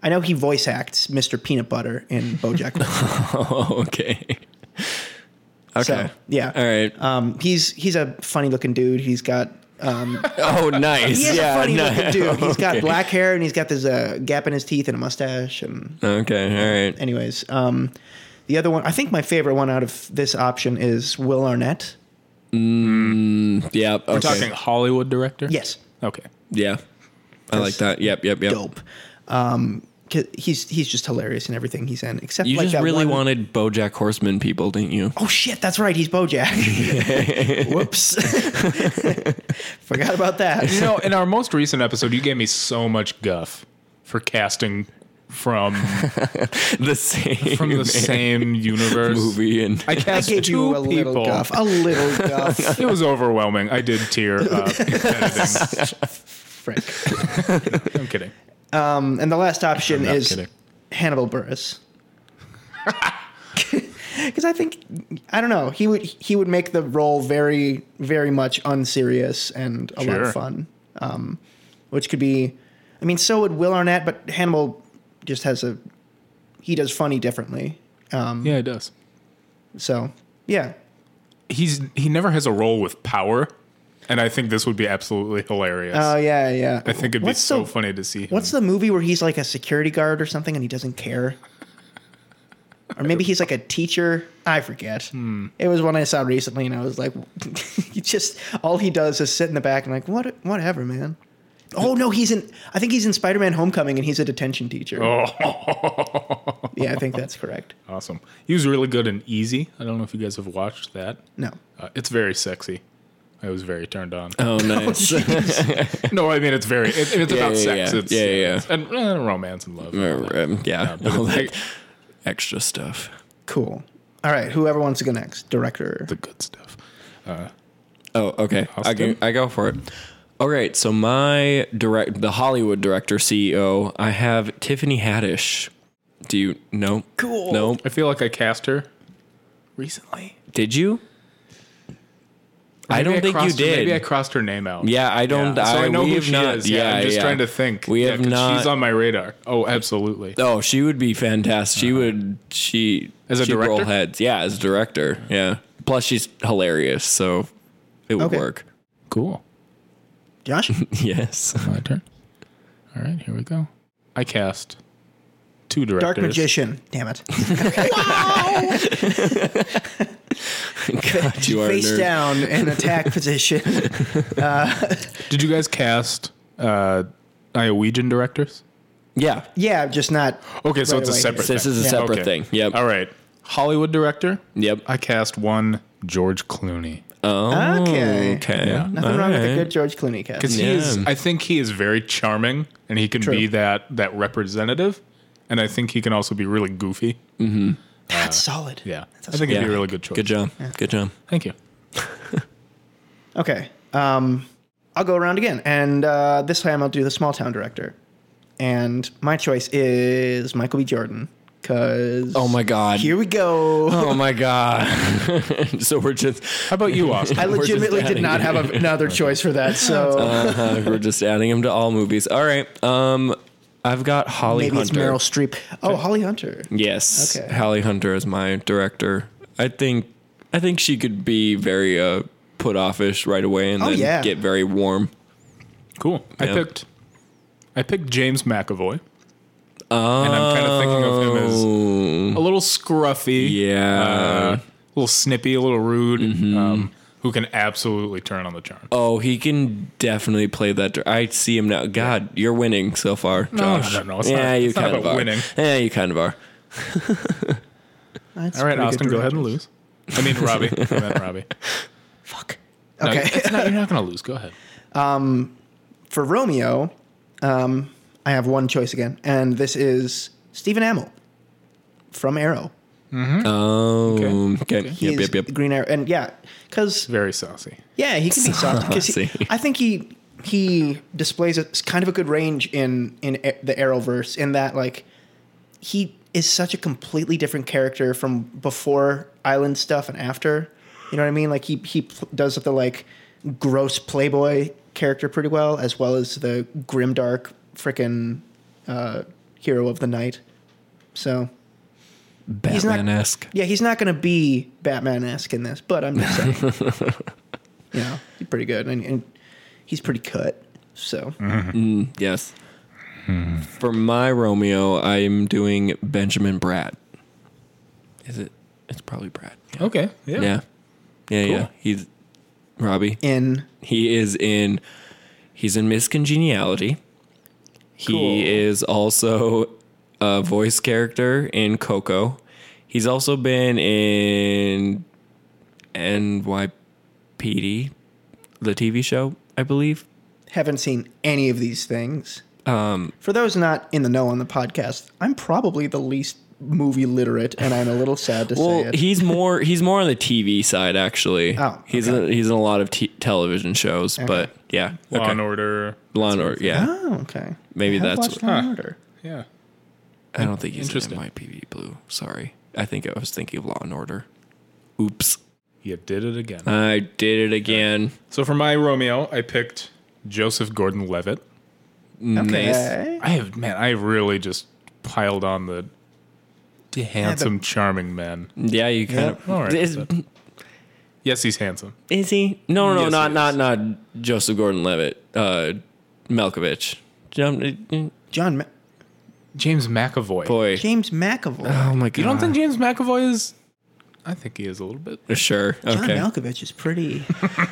S6: I know he voice acts Mr. Peanut Butter in
S4: [laughs]
S6: BoJack. Horseman.
S4: Oh, okay. Okay.
S6: So, yeah.
S4: All right.
S6: um, he's he's a funny looking dude. He's got um,
S4: oh, nice.
S6: he is
S4: yeah.
S6: a funny
S4: no-
S6: looking dude. He's got
S4: okay.
S6: black hair and he's got this uh, gap in his teeth and a mustache and
S4: [laughs] Okay. All right.
S6: anyways, um, the other one, I think my favorite one out of this option is Will Arnett.
S4: Yeah. Okay.
S3: we're talking Hollywood director.
S6: Yes,
S3: Okay.
S4: Yeah. I like that. Yep, yep, yep.
S6: dope. Um, 'cause he's he's just hilarious in everything he's in, except
S4: You
S6: like
S4: just
S6: that
S4: really
S6: one-
S4: wanted BoJack Horseman people, didn't you?
S6: Oh shit, that's right, he's BoJack. Whoops, [laughs] forgot about that.
S3: You know, in our most recent episode, you gave me so much guff for casting from
S4: [laughs] The same
S3: [laughs] from the same
S4: [laughs]
S3: universe.
S4: movie and
S3: I
S6: I
S3: cast
S6: gave
S3: two
S6: you a
S3: people. [laughs]
S6: little guff,
S4: [laughs]
S6: a little guff,
S3: It was overwhelming. I did tear up. [laughs] editing.
S6: Frank.
S3: I'm kidding.
S6: Um, and the last option
S3: I'm not
S6: is
S3: kidding.
S6: Hannibal [laughs] Burris. Because I think I don't know he would he would make the role very very much unserious and a lot
S3: Sure.
S6: of fun, um, which could be. I mean, so would Will Arnett, but Hannibal just has a he does funny differently. Um,
S3: Yeah, it does.
S6: So yeah,
S3: He's he never has a role with power, and I think this would be absolutely hilarious.
S6: oh yeah, yeah.
S3: I think it'd be so funny to see. Him.
S6: What's the movie where he's like a security guard or something and he doesn't care? Or maybe he's like a teacher. I forget.
S4: Hmm.
S6: It was one I saw recently, and I was like, [laughs] he just all he does is sit in the back and like, what, whatever, man. Oh no, he's in. I think he's in Spider-Man: Homecoming, and he's a detention teacher.
S3: Oh,
S6: Yeah, I think that's correct.
S3: [laughs] awesome! He was really good in Easy. I don't know if you guys have watched that.
S6: No,
S3: Uh, it's very sexy. I was very turned on.
S4: Oh, nice.
S3: [laughs]
S4: [laughs]
S3: no, I mean it's very. It, it's about
S4: yeah,
S3: sex.
S4: yeah.
S3: It's,
S4: Yeah, yeah.
S3: it's- and eh, romance and love.
S4: Um, yeah,
S3: but
S4: all
S3: it's
S4: that
S3: like
S4: extra stuff.
S6: cool. All right, whoever wants to go next, director.
S3: the good stuff.
S4: Oh, okay. I,
S3: Austin?
S4: can, I go for it. All right. So my direct, the Hollywood director CEO, I have Tiffany Haddish. Do you know?
S2: Cool.
S4: No.
S3: I feel like I cast her recently.
S4: Did you? I
S3: Maybe
S4: don't think you
S3: crossed her-
S4: did.
S3: maybe I crossed her name out.
S4: yeah, I don't.
S3: so I, know
S4: we
S3: who
S4: have
S3: she
S4: not,
S3: is.
S4: Yeah,
S3: Yeah, I'm just
S4: yeah.
S3: trying to think.
S4: We
S3: Yeah,
S4: have
S3: 'cause
S4: not.
S3: She's on my radar. Oh, absolutely.
S4: oh, she would be fantastic. She would. She
S3: Uh-huh. As a
S4: she'd roll
S3: director?
S4: heads. Yeah, as a director. Yeah. Plus, she's hilarious, so it would
S6: Okay.
S4: work. [laughs]
S3: Cool.
S6: Josh.
S4: Yes.
S3: My turn. All right, here we go. I cast two directors.
S6: Dark Magician. Damn it.
S4: God, [laughs] [laughs] you are a
S6: Face
S4: nerd. [laughs]
S6: down in attack position.
S3: Did you guys cast uh, Iowegian directors?
S4: Yeah.
S6: Yeah, just not.
S3: Okay, so
S6: Right
S3: it's a
S6: away.
S3: separate.
S4: This
S3: thing.
S4: is a
S6: Yeah.
S4: separate
S3: Okay.
S4: thing. Yep.
S3: All right, Hollywood director.
S4: Yep.
S3: I cast one George Clooney
S4: Oh,
S6: Okay.
S4: Okay.
S3: Yeah.
S6: Nothing wrong with a
S4: Alright.
S6: good George Clooney cast.
S3: because he is.
S4: Yeah.
S3: I think he is very charming, and he can
S6: True.
S3: be that that representative. And I think he can also be really goofy.
S6: That's solid.
S3: Yeah,
S6: That's
S3: I think
S4: Yeah.
S3: it'd be a really good choice.
S4: Good job. Good job.
S3: Thank you.
S6: Okay. Um, I'll go around again, and uh, this time I'll do the small town director. And my choice is Michael B. Jordan, because
S4: Oh my god.
S6: here we go.
S4: oh my god. [laughs] so we're just
S3: How
S4: [laughs]
S3: about you, Austin?
S6: I
S4: we're just
S6: legitimately did
S4: adding
S6: not
S4: it.
S6: have another choice for that, so
S4: uh, we're just adding him to all movies. All right. Um, I've got Holly
S6: maybe it's
S4: Hunter.
S6: Meryl Streep. Oh, Holly Hunter.
S4: Yes.
S6: Okay.
S4: Holly Hunter is my director. I think I think she could be very uh put offish right away and
S6: Oh,
S4: then
S6: yeah.
S4: get very warm.
S3: Cool. I
S4: Yeah.
S3: picked. I picked James McAvoy. and I'm kind of thinking of him as a little scruffy,
S4: Yeah. Mm-hmm.
S3: uh, a little snippy, a little rude, um, who can absolutely turn on the charm.
S4: Oh, he can definitely play that. dir- I see him now. God, you're winning so far,
S3: no,
S4: Josh.
S3: no, no, it's
S4: yeah,
S3: not-
S4: you
S3: it's not
S4: kind
S3: about
S4: of are.
S3: winning.
S4: Yeah, you kind of are.
S6: That's
S3: All right,
S6: pretty good
S3: Austin, go ahead and
S6: directors.
S3: lose. I mean, Robbie. I meant
S6: [laughs]
S3: Robbie. No,
S6: Okay.
S3: it's not- you're not going to lose. Go ahead.
S6: for Romeo, um, I have one choice again, and this is Stephen Amell from Arrow.
S4: Oh, okay.
S3: Okay.
S6: He
S4: Yep,
S6: is
S4: yep, yep.
S6: the Green Arrow, and yeah, because
S3: Very saucy.
S6: yeah, he can be soft. 'cause he-
S4: Saucy.
S6: I think he he displays a, kind of a good range in in A- the Arrowverse in that like he is such a completely different character from before Island stuff and after. You know what I mean? Like he he pl- does the like gross playboy character pretty well, as well as the grimdark frickin' uh, hero of the night. So He's not-
S4: Batman esque.
S6: yeah, he's not going to be Batman esque in this, but I'm just
S4: [laughs]
S6: saying. you know, he's pretty good. And, and he's pretty cut. So,
S4: Mm-hmm. Yes.
S3: Hmm.
S4: For my Romeo, I'm doing Benjamin Bratt. Is it? It's probably Bratt. Yeah.
S3: Okay. Yeah.
S4: Yeah. Yeah.
S3: Cool.
S4: yeah. He's Robbie.
S6: in
S4: He is in. He's in Miss Congeniality. He
S6: Cool.
S4: is also a voice character in Coco. He's also been in NYPD, the TV show, I believe.
S6: haven't seen any of these things. Um, For those not in the know on the podcast, I'm probably the least movie literate, and I'm a little sad to say
S4: [laughs] Well,
S6: it.
S4: he's more
S6: [laughs]
S4: he's more on the TV side actually.
S6: Oh,
S4: he's in, he's in a lot of t- television shows, but yeah,
S3: Law and Order.
S4: Law and Order, yeah.
S6: oh, okay.
S4: Maybe
S6: I have
S4: that's-
S6: watched Law and
S3: huh.
S6: Order.
S3: Yeah.
S4: I don't think he's
S3: Interesting.
S4: in NYPD Blue. Sorry, I think I was thinking of Law and Order. Oops,
S3: You did it again.
S4: I did it again.
S3: So for my Romeo, I picked Joseph Gordon-Levitt.
S6: Okay.
S3: I have man, I really just piled on the handsome, charming man.
S4: Yeah, you kind of.
S3: All right.
S4: Is,
S3: but- yes, he's handsome.
S4: is he? No, no, no,
S3: Yes,
S4: not
S3: he
S4: not
S3: is.
S4: not Joseph Gordon-Levitt. Uh, Malkovich. John,
S6: John Ma-
S3: James McAvoy.
S4: boy.
S6: James McAvoy.
S4: Oh my god.
S3: You don't think James McAvoy is? I think he is a little bit.
S4: Sure.
S6: John
S4: Okay.
S6: Malkovich is pretty.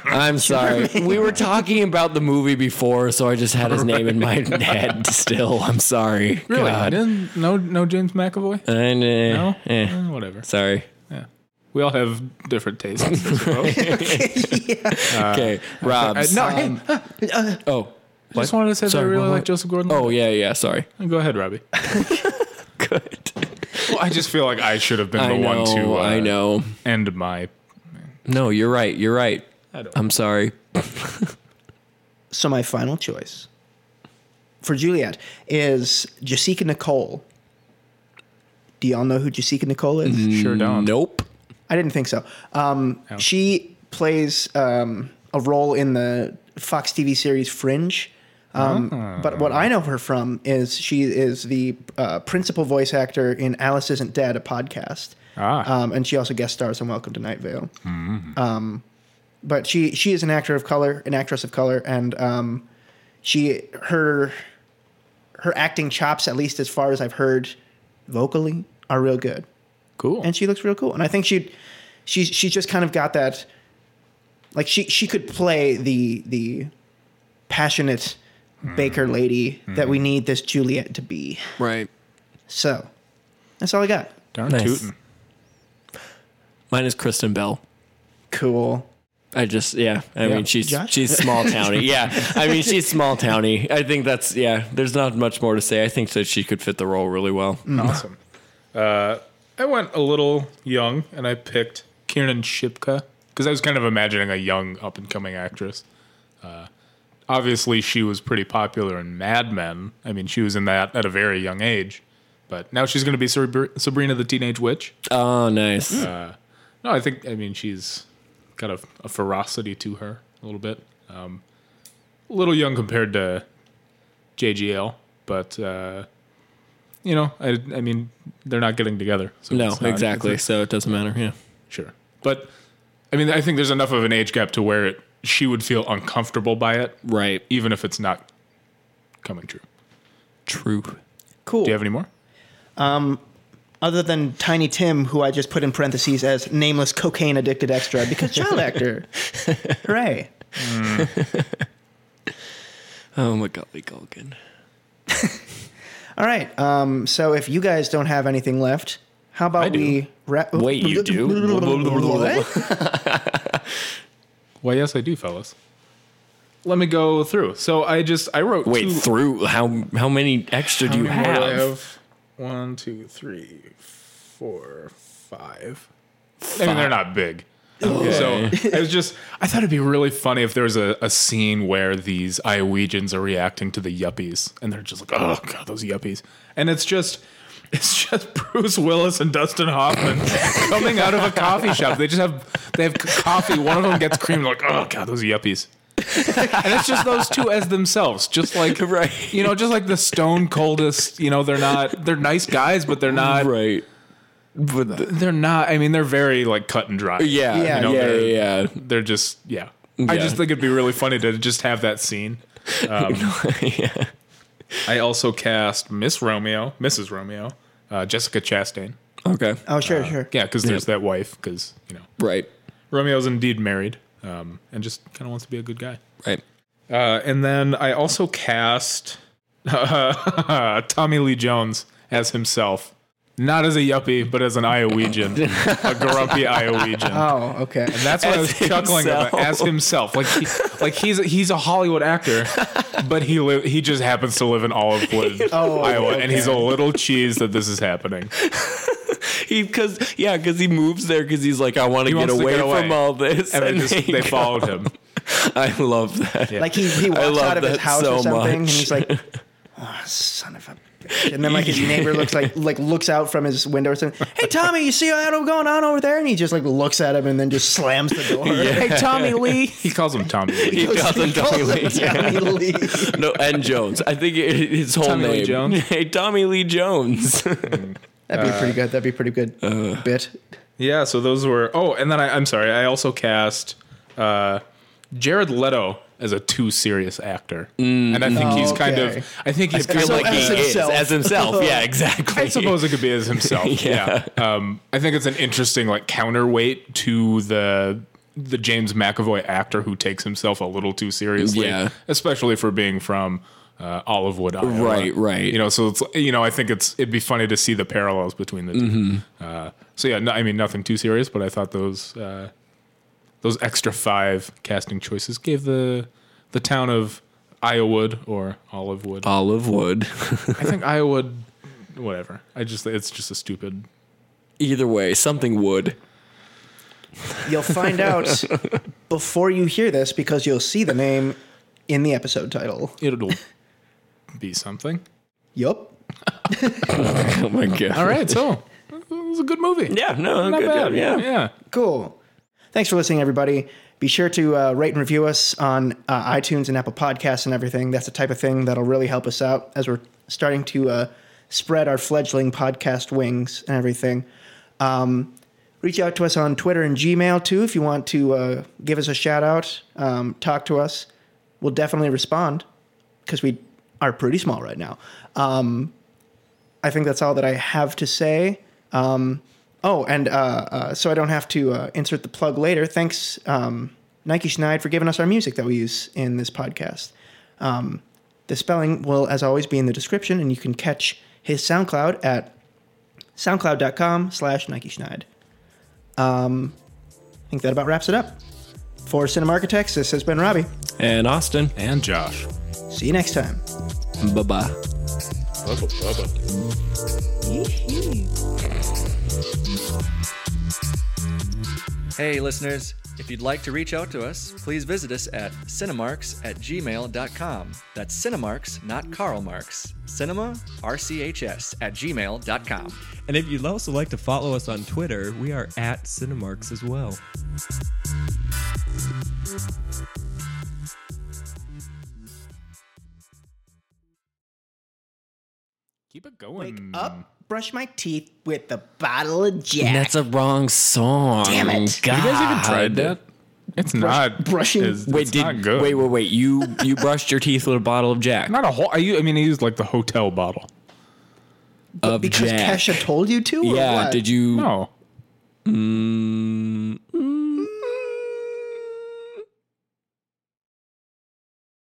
S4: I'm sorry. We were talking about the movie before, so I just had his name in
S3: [laughs]
S4: my head still. I'm sorry.
S3: I
S4: God.
S3: didn't. No, no, James McAvoy.
S4: And, uh,
S3: No,
S4: eh,
S3: Eh, whatever.
S4: sorry.
S3: We all have different tastes.
S4: [laughs]
S3: I suppose.
S4: okay. Rob.
S3: Uh, no, hey, I
S4: Oh.
S3: just wanted to say that I
S4: Sorry,
S3: really
S4: what-
S3: like Joseph Gordon.
S4: Oh yeah, yeah. Sorry. [laughs]
S3: go ahead, Robbie.
S4: Good.
S3: Well, I just feel like I should have been
S4: I
S3: the
S4: know.
S3: one to. Uh,
S4: I know.
S3: End my.
S4: No, you're right. You're right.
S3: I don't.
S4: I'm sorry.
S6: so my final choice for Juliet is Jessica Nicole. Do y'all know who Jessica Nicole is?
S3: sure don't.
S4: Mm, Nope.
S6: I didn't think so. Um,
S3: Oh.
S6: She plays um, a role in the Fox TV series Fringe. Um, But what I know her from is she is the uh, principal voice actor in Alice Isn't Dead, a podcast.
S4: Uh,
S3: Ah.
S6: Um, and she also guest stars on Welcome to Night Vale. Um, but she she is an actor of color, an actress of color, and um, she her her acting chops, at least as far as I've heard, vocally, are real good
S3: Cool.
S6: and she looks real cool. And I think she, she, she just kind of got that, like she she could play the the passionate baker lady that we need this Juliet to be.
S4: Right.
S6: So that's all I got.
S3: Darn
S4: Nice. [laughs]
S3: tootin'.
S4: Mine is Kristen Bell.
S6: Cool.
S4: I just yeah. I mean she's
S6: Josh?
S4: she's
S3: [laughs]
S4: small towny. yeah. I mean she's small towny. I think that's yeah. There's not much more to say. I think that she could fit the role really well.
S3: Awesome. Uh, I went a little young and I picked Kiernan Shipka because I was kind of imagining a young up and coming actress. Uh, obviously, she was pretty popular in Mad Men. I mean, she was in that at a very young age, but now she's going to be Sabri- Sabrina the Teenage Witch.
S4: Oh, nice.
S3: No, I think I mean she's got a, a ferocity to her a little bit. Um, a little young compared to JGL, but uh, you know, I, I mean they're not getting together. So
S4: no,
S3: it's not-
S4: exactly. So it doesn't matter. Yeah.
S3: Sure, but I mean I think there's enough of an age gap to where it, she would feel uncomfortable by it,
S4: Right.
S3: even if it's not coming true.
S4: True.
S6: Cool.
S3: Do you have any more?
S6: Other than Tiny Tim, who I just put in parentheses as nameless cocaine addicted extra
S4: [laughs]
S6: because child actor. Hooray.
S4: Oh my golly Gulkin.
S6: All right. Um, so if you guys don't have anything left, how about
S3: I do.
S6: we wrap?
S4: Wait, you do?
S6: What?
S3: Why, yes, I do, fellas. Let me go through. So I just I wrote
S4: Wait,
S3: two-
S4: through how how many extra do you
S3: How many
S4: have?
S3: more do I have? One, two, three, four, five. I mean, they're not big. So I was just, I thought it'd be really funny if there was a, a scene where these Iowegians are reacting to the yuppies and they're just like, oh, God, those yuppies. And it's just, [laughs] it's just Bruce Willis and Dustin Hoffman [laughs] coming out of a coffee shop. They just have, they have c- coffee. One of them gets cream, like, oh, God, those yuppies. [laughs] and it's just those two as themselves, just like
S4: [laughs] Right.
S3: you know, just like the stone coldest. You know, they're not they're nice guys, but they're not
S4: right. But the,
S3: they're not. I mean, they're very like cut and dry.
S4: yeah,
S6: Yeah,
S4: yeah,
S3: you know,
S4: yeah,
S3: they're,
S4: yeah, [laughs]
S3: they're just yeah. I
S4: Yeah.
S3: just think it'd be really funny to just have that scene.
S4: yeah. yeah.
S3: I also cast Miss Romeo, Mrs. Romeo, uh, Jessica Chastain.
S4: Okay.
S6: [laughs] Oh, sure, sure.
S3: Yeah, because there's that wife. Because you know,
S4: Right.
S3: Romeo's indeed married, um, and just kind of wants to be a good guy.
S4: Right.
S3: Uh, and then I also cast uh, [laughs] Tommy Lee Jones as himself. Not as a yuppie, but as an Iowegian, a grumpy Iowegian.
S6: Oh, okay.
S3: That's what I was
S4: As
S3: chuckling about
S4: himself.
S3: as himself. Like, he, like he's a, he's a Hollywood actor, but he li- he just happens to live in Olive Wood,
S6: Oh,
S3: Iowa, and he's a
S6: okay.
S3: little cheese that this is happening.
S4: He because yeah because he moves there because he's like I want to get
S3: wants to
S4: away
S3: get away.
S4: from all this
S3: And they just
S4: he [laughs]
S3: they
S4: go-
S3: followed him.
S4: I love that.
S3: [laughs]
S6: Like he,
S4: [laughs]
S6: he
S4: I
S6: walks
S4: love
S6: out of his
S4: that
S6: house or
S4: so [laughs]
S6: something, and
S4: much.
S6: he's like, oh, "Son of a And then like his neighbor looks
S4: [laughs]
S6: like like looks out from his window or something. Hey Tommy, you see that going on over there? And he just like looks at him and then just slams the
S4: [laughs]
S6: door. [laughs] Hey Tommy Lee.
S3: He calls him Tommy
S4: He
S3: Lee.
S4: calls him Tommy
S6: Calls him
S4: Lee.
S6: Tommy Lee.
S4: No, and Jones. I think i- his whole
S1: Tommy Lee
S4: name.
S1: Jones?
S4: [laughs] Hey, Tommy Lee
S3: [laughs]
S4: Jones.
S6: That'd be pretty good. That'd be pretty good bit.
S3: Yeah, so those were. Oh, and then I, I'm sorry. I also cast uh, Jared Leto as a too serious actor, and I think he's kind
S6: Okay.
S3: of. I think he's kind
S4: Feel
S3: of
S6: So
S4: like
S6: as
S4: he
S6: himself.
S4: is as
S3: [laughs]
S4: himself. Yeah, exactly.
S3: I suppose it could be
S4: [laughs]
S3: as himself. yeah. Um, I think it's an interesting like counterweight to the the James McAvoy actor who takes himself a little too seriously,
S4: Yeah.
S3: especially for being from uh, Olivewood, Iowa.
S4: Right, right.
S3: You know, so it's you know I think it's it'd be funny to see the parallels between the two.
S4: Mm-hmm.
S3: Uh, so yeah, no, I mean nothing too serious, but I thought those uh, those extra five casting choices gave the the town of Iowood or Olivewood.
S4: Olive Wood.
S3: I think Iowa, whatever. I just it's just a stupid.
S4: Either way, something wood. [laughs]
S6: You'll find out before you hear this because you'll see the name in the episode title.
S4: [laughs]
S3: It'll be something.
S6: Yup.
S4: Oh my god.
S3: All right, so it was a good movie.
S4: Yeah, no,
S3: not
S4: good
S3: bad.
S4: job. Yeah.
S3: yeah.
S6: Cool. Thanks for listening, everybody. Be sure to uh, rate and review us on uh, iTunes and Apple Podcasts and everything. That's the type of thing that'll really help us out as we're starting to uh, spread our fledgling podcast wings and everything. Um, reach out to us on Twitter and Gmail too if you want to uh, give us a shout out, um, talk to us. We'll definitely respond because we are pretty small right now. Um, I think that's all that I have to say. Um, oh, and uh, uh, so I don't have to uh, insert the plug later. Thanks, um, Nike Schneid, for giving us our music that we use in this podcast. Um, the spelling will, as always, be in the description, and you can catch his SoundCloud at soundcloud.com slash Nike Schneid. Um, I think that about wraps it up. For Cinema Architects, this has been Robbie.
S4: And Austin.
S3: And Josh.
S6: See you next time.
S4: Bye bye.
S7: Hey, listeners, if you'd like to reach out to us, please visit us at cinemarks at gmail.com. That's cinemarks, not Karl Marx. Cinema, RCHS at gmail.com.
S1: And if you'd also like to follow us on Twitter, we are at Cinemarks as well.
S3: Keep it going.
S6: Up, brush my teeth with the
S2: Bottle of Jack.
S4: That's a wrong song.
S2: Damn it.
S4: God.
S3: You guys even tried that? It's not
S6: brushing-
S3: It's,
S4: Wait,
S3: it's
S4: did
S3: not good.
S4: wait, wait, wait. You you brushed your teeth with a bottle of Jack.
S3: Not a whole. I, u- I mean, I used like the hotel bottle.
S4: of
S6: because
S4: Jack.
S6: Kesha told you to? or
S4: yeah,
S6: what?
S4: did you
S3: No,